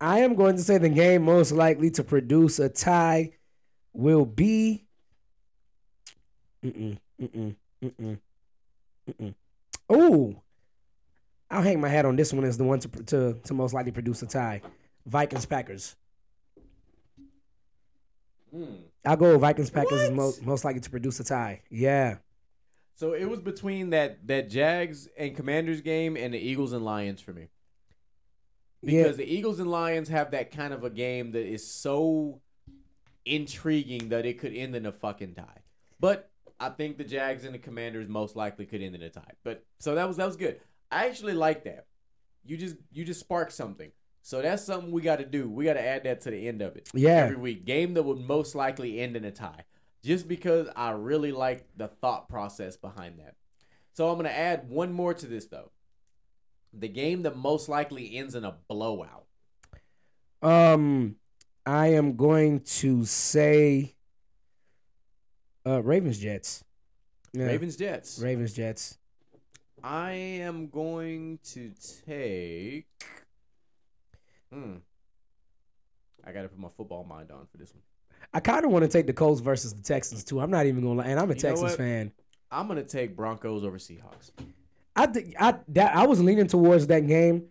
C: I am going to say the game most likely to produce a tie will be. Mm-mm, mm-mm, mm-mm, mm-mm. Ooh, I'll hang my hat on this one as the one to to, to most likely produce a tie. Vikings Packers.
B: Mm.
C: I'll go with Vikings Packers is
B: What?
C: most most likely to produce a tie. Yeah,
B: So it was between that that Jags and Commanders game and the Eagles and Lions for me.
C: yeah.
B: Because the Eagles and Lions have that kind of a game that is so intriguing that it could end in a fucking tie. But I think the Jags and the Commanders most likely could end in a tie. But so that was that was good. I actually like that. You just you just sparked something. So that's something we got to do. We got to add that to the end of it.
C: Yeah.
B: Every week, game that would most likely end in a tie. Just because I really like the thought process behind that. So I'm going to add one more to this though. The game that most likely ends in a blowout.
C: Um, I am going to say, uh, Ravens Jets. Yeah,
B: Ravens Jets.
C: Ravens Jets.
B: I am going to take. Hmm. I got to put my football mind on for this one.
C: I kind of want to take the Colts versus the Texans too. I'm not even gonna lie, and I'm
B: You
C: a
B: know
C: Texans
B: what?
C: fan.
B: I'm going to take Broncos over Seahawks.
C: I th- I that I was leaning towards that game.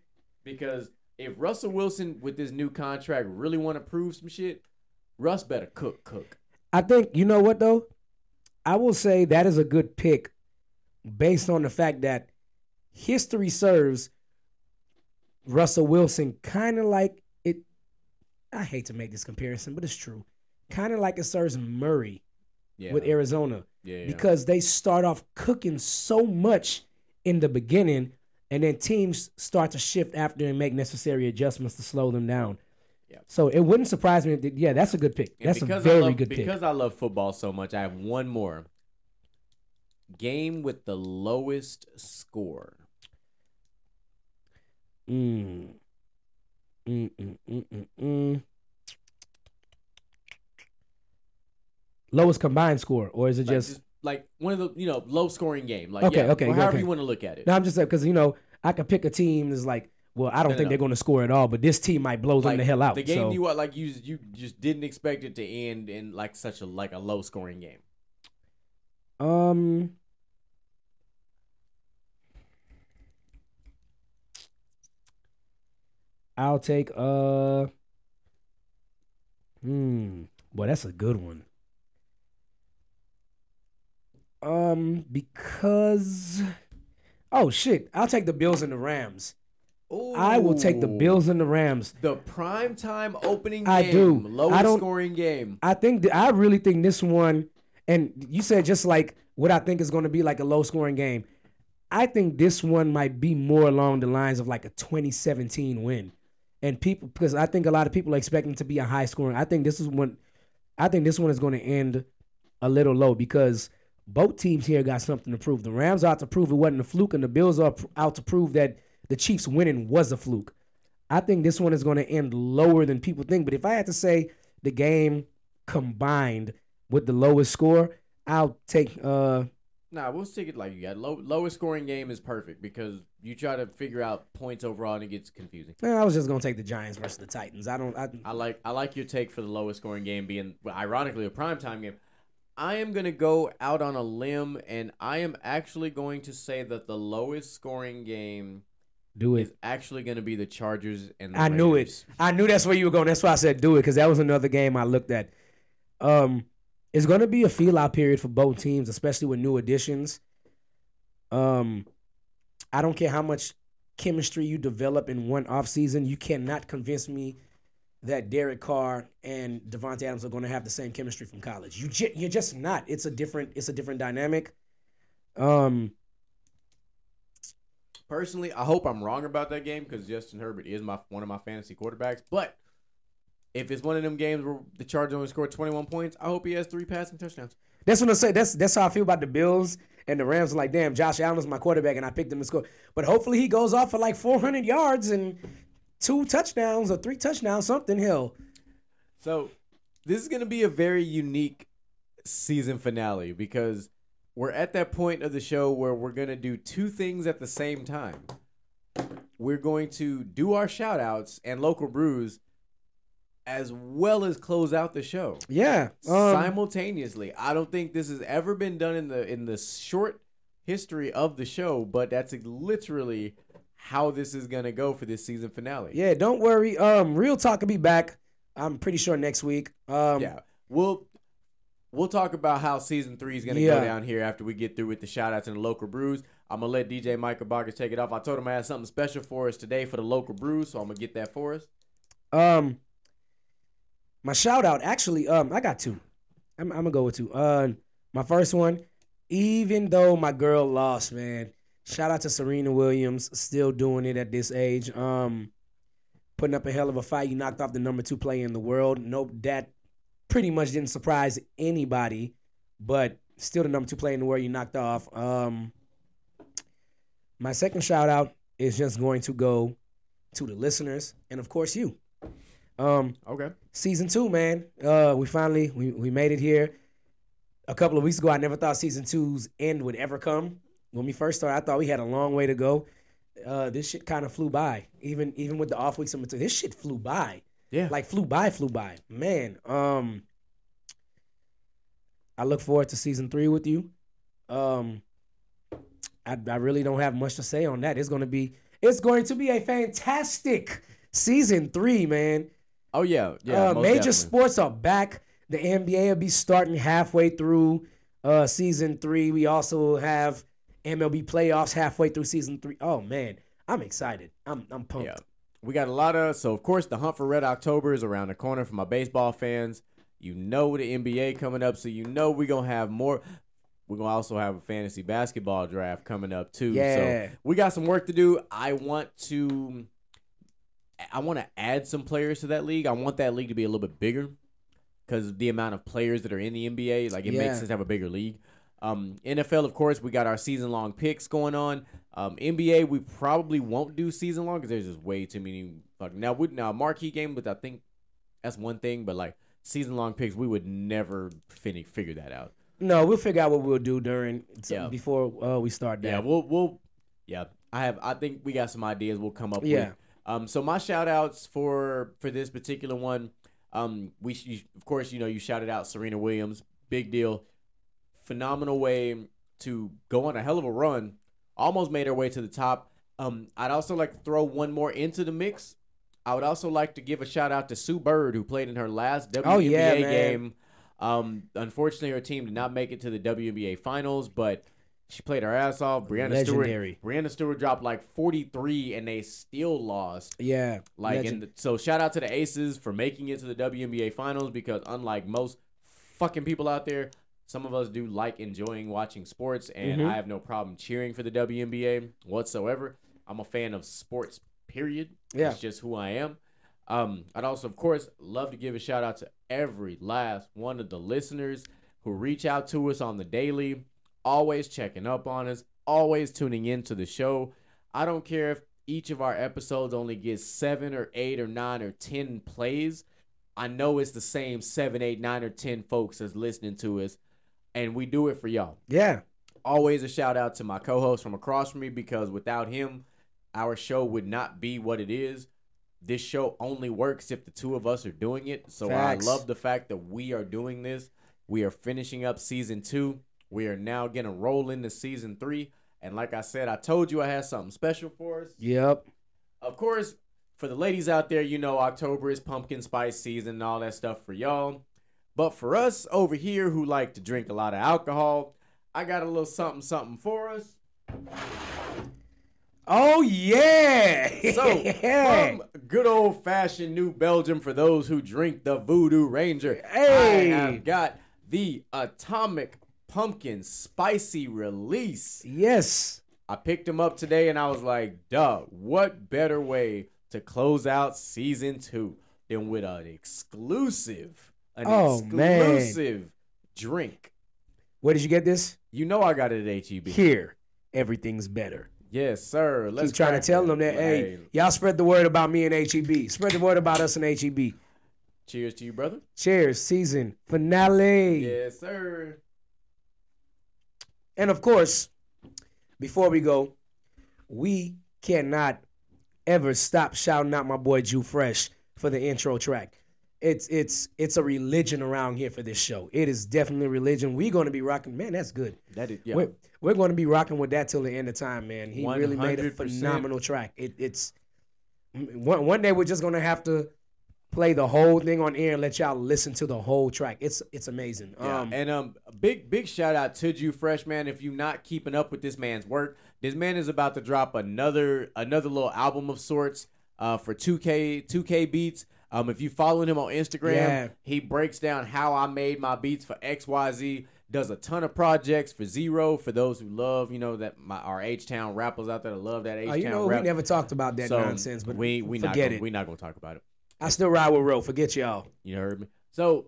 B: Because if Russell Wilson with this new contract really want to prove some shit, Russ better cook, cook.
C: I think you know what though. I will say that is a good pick, based on the fact that history serves. Russell Wilson kind of like it. I hate to make this comparison, but it's true. Kind of like it serves Murray
B: Yeah.
C: with Arizona.
B: yeah, yeah.
C: because they start off cooking so much in the beginning, and then teams start to shift after and make necessary adjustments to slow them down.
B: Yeah.
C: So it wouldn't surprise me. If they, yeah, that's a good pick.
B: And
C: That's a
B: because
C: very
B: I love,
C: good pick.
B: Because I love football so much, I have one more game with the lowest score.
C: Mm. Mm, mm, mm, mm, mm. Lowest combined score, or is it
B: Like,
C: just?
B: just like one of the you know low scoring game. Like
C: Okay,
B: yeah,
C: okay,
B: or however
C: okay.
B: you want to look at it.
C: no, I'm just because you know I could pick a team that's like, well, I don't
B: No, no,
C: think
B: no.
C: they're going to score at all, but this team might blow them
B: Like,
C: the hell out.
B: The game
C: so.
B: you are like you you just didn't expect it to end in like such a like a low scoring game.
C: Um. I'll take uh Hmm. Boy, that's a good one. Um, because oh shit, I'll take the Bills and the Rams. I will take the
B: Ooh.
C: Bills and the Rams.
B: The prime time opening game.
C: I do. I
B: Lowest
C: don't-
B: scoring game.
C: I think th- I really think this one, and you said just like what I think is going to be like a low scoring game. I think this one might be more along the lines of like a 2017 win, and people because I think a lot of people are expecting to be a high scoring. I think this is one. I think this one is going to end a little low because both teams here got something to prove. The Rams are out to prove it wasn't a fluke, and the Bills are pr- out to prove that the Chiefs winning was a fluke. I think this one is going to end lower than people think. But if I had to say the game combined with the lowest score, I'll take. uh
B: Nah, we'll stick it like you got. Low, lowest scoring game is perfect because you try to figure out points overall and it gets confusing.
C: man, I was just going to take the Giants versus the Titans. I don't. I,
B: I like I like your take for the lowest scoring game being well, ironically a primetime game. I am going to go out on a limb and I am actually going to say that the lowest scoring game
C: Do
B: It's
C: it.
B: actually going to be the Chargers and the
C: I knew it.
B: Raiders.
C: I knew that's where you were going. That's why I said do it because that was another game I looked at. Um, it's going to be a feel out period for both teams, especially with new additions. Um, I don't care how much chemistry you develop in one offseason. You cannot convince me that Derek Carr and Devontae Adams are going to have the same chemistry from college. You ju- you're just not. It's a different. It's a different dynamic. Um,
B: Personally, I hope I'm wrong about that game because Justin Herbert is my one of my fantasy quarterbacks. But if it's one of them games where the Chargers only scored 21 points, I hope he has three passing touchdowns.
C: That's what I say. That's that's how I feel about the Bills and the Rams. Like, damn, Josh Allen is my quarterback, and I picked him to score. But hopefully, he goes off for like 400 yards and two touchdowns or three touchdowns, something. Hell,
B: So this is going to be a very unique season finale because we're at that point of the show where we're going to do two things at the same time. We're going to do our shout outs and local brews as well as close out the show.
C: yeah. Um,
B: simultaneously. I don't think this has ever been done in the in the short history of the show, but that's literally how this is gonna go for this season finale.
C: yeah. Don't worry. Um, real talk will be back. I'm pretty sure next week. Um,
B: yeah. We'll we'll talk about how season three is gonna
C: Yeah.
B: go down here after we get through with the shout outs and the local brews. I'm gonna let DJ Michael Boggers take it off. I told him I had something special for us today for the local brews, so I'm gonna get that for us.
C: Um, my shout out actually, um, I got two. I'm, I'm gonna go with two. Uh, my first one, even though my girl lost, man. Shout out to Serena Williams, still doing it at this age. Um, putting up a hell of a fight. You knocked off the number two player in the world. Nope, that pretty much didn't surprise anybody. But still, the number two player in the world you knocked off. Um, my second shout out is just going to go to the listeners and of course you. Um,
B: Okay.
C: season two, man. Uh, we finally we, we made it here. A couple of weeks ago, I never thought season two's end would ever come. When we first started, I thought we had a long way to go. Uh, this shit kind of flew by. Even even with the off weeks, in between, this shit flew by.
B: Yeah.
C: Like flew by, flew by. Man, um, I look forward to season three with you. Um, I, I really don't have much to say on that. It's gonna be it's going to be a fantastic season three, man.
B: oh yeah. Yeah.
C: uh,
B: most
C: major
B: definitely.
C: sports are back. The NBA will be starting halfway through uh, season three. We also will have MLB playoffs halfway through season three. Oh man, I'm excited. I'm I'm pumped.
B: Yeah. We got a lot of so of course the hunt for red October is around the corner for my baseball fans. You know the NBA coming up, so you know we're gonna have more. We're gonna also have a fantasy basketball draft coming up too.
C: Yeah.
B: So we got some work to do. I want to I want to add some players to that league. I want that league to be a little bit bigger because the amount of players that are in the NBA, like it
C: Yeah.
B: makes sense to have a bigger league. Um, NFL, of course, we got our season long picks going on. Um, NBA, we probably won't do season long because there's just way too many. Like now, would now marquee game, but I think that's one thing. But like season long picks, we would never fin- figure that out.
C: No, we'll figure out what we'll do during
B: Yeah.
C: before uh, we start that.
B: Yeah, we'll we'll yeah. I have I think we got some ideas we'll come up
C: Yeah.
B: with. Um so my shout outs for for this particular one um we sh- you, of course you know you shouted out Serena Williams, big deal. Phenomenal way to go on a hell of a run. Almost made her way to the top. Um I'd also like to throw one more into the mix. I would also like to give a shout out to Sue Bird who played in her last WNBA
C: Oh, yeah, man.
B: game. Um unfortunately her team did not make it to the WNBA finals, but she played her ass off. Brianna
C: Legendary.
B: Stewart. Brianna Stewart dropped like 43, and they still lost.
C: yeah.
B: Like,
C: Legend.
B: and so shout out to the Aces for making it to the WNBA Finals because unlike most fucking people out there, some of us do like enjoying watching sports, and
C: Mhm.
B: I have no problem cheering for the WNBA whatsoever. I'm a fan of sports. Period.
C: Yeah.
B: It's just who I am. Um, I'd also, of course, love to give a shout out to every last one of the listeners who reach out to us on the daily, always checking up on us, always tuning in to the show. I don't care if each of our episodes only gets seven or eight or nine or ten plays. I know it's the same seven, eight, nine, or ten folks that's listening to us, and we do it for y'all
C: yeah.
B: always a shout out to my co-host from across from me because without him, our show would not be what it is. This show only works if the two of us are doing it. So
C: Facts.
B: I love the fact that we are doing this. We are finishing up season two. We are now gonna roll into season three, And like I said, I told you I had something special for us.
C: Yep.
B: Of course, for the ladies out there, you know October is pumpkin spice season and all that stuff for y'all. But for us over here who like to drink a lot of alcohol, I got a little something something for us.
C: Oh yeah. [laughs]
B: So, from good old fashioned New Belgium, for those who drink the Voodoo Ranger,
C: Hey.
B: I have got the Atomic Pumpkin Spicy Release.
C: yes.
B: I picked them up today and I was like, duh, what better way to close out season two than with an exclusive, an
C: Oh, man.
B: exclusive drink?
C: Where did you get this?
B: You know I got it at HEB.
C: Here. Everything's better.
B: Yes, sir. Let's
C: Keep trying
B: crack
C: to tell
B: it.
C: them that, hey,
B: Hey,
C: y'all spread the word about me and HEB. Spread the word about us and HEB.
B: Cheers to you, brother.
C: Cheers, season finale.
B: Yes, sir.
C: And of course, before we go, we cannot ever stop shouting out my boy Jew Fresh for the intro track. It's it's it's a religion around here for this show. It is definitely religion. We're going to be rocking. Man, that's good.
B: That is, yeah.
C: We're, we're going to be rocking with that till the end of time, man. He really made a
B: 100%.
C: phenomenal track. It, it's one one day we're just going to have to play the whole thing on air and let y'all listen to the whole track. It's it's amazing.
B: Yeah,
C: Um,
B: and um, a big big shout out to you, freshman. If you're not keeping up with this man's work, this man is about to drop another another little album of sorts uh, for 2K 2K beats. Um, if you following him on Instagram,
C: Yeah.
B: he breaks down how I made my beats for X Y Z. Does a ton of projects for Zero for those who love you know that my our H Town rappers out there that love that H
C: Oh,
B: Town
C: you know,
B: rap.
C: we never talked about that
B: so
C: nonsense, but
B: we we not
C: forget
B: gonna,
C: it.
B: we not gonna talk about it.
C: I still ride with Ro. Forget y'all.
B: You heard me. So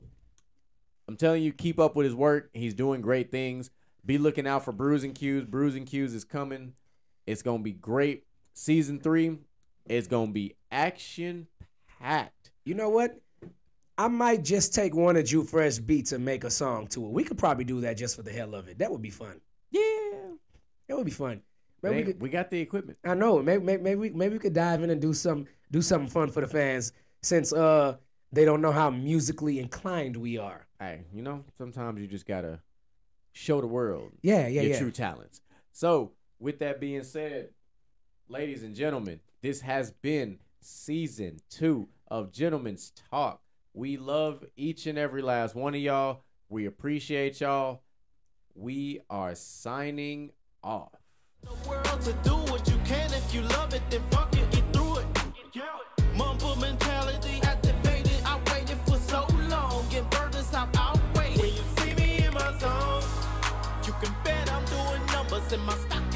B: I'm telling you, keep up with his work. He's doing great things. Be looking out for Bruising Cues. Bruising Cues is coming. It's gonna be great. Season three is gonna be action packed.
C: You know what? I might just take one of Jew Fresh beats and make a song to it. We could probably do that just for the hell of it. That would be fun.
B: Yeah.
C: That would be fun. Maybe
B: Man,
C: we
B: we,
C: could,
B: got the equipment.
C: I know. Maybe, maybe maybe we- maybe we could dive in and do some do something fun for the fans since uh they don't know how musically inclined we are.
B: Hey, you know, sometimes you just gotta show the world
C: Yeah, yeah,
B: your
C: yeah.
B: true talents. So, with that being said, ladies and gentlemen, this has been season two of Gentlemen's Talk. We love each and every last one of y'all. We appreciate y'all. We are signing off.
A: The world to do what you can if you love it, then fuck it, get through it. Mumble mentality activated. I waited for so long, and burdens I've outweighed. When you see me in my zone, you can bet I'm doing numbers, and my stock Uh-huh. Uh-huh. Uh-huh.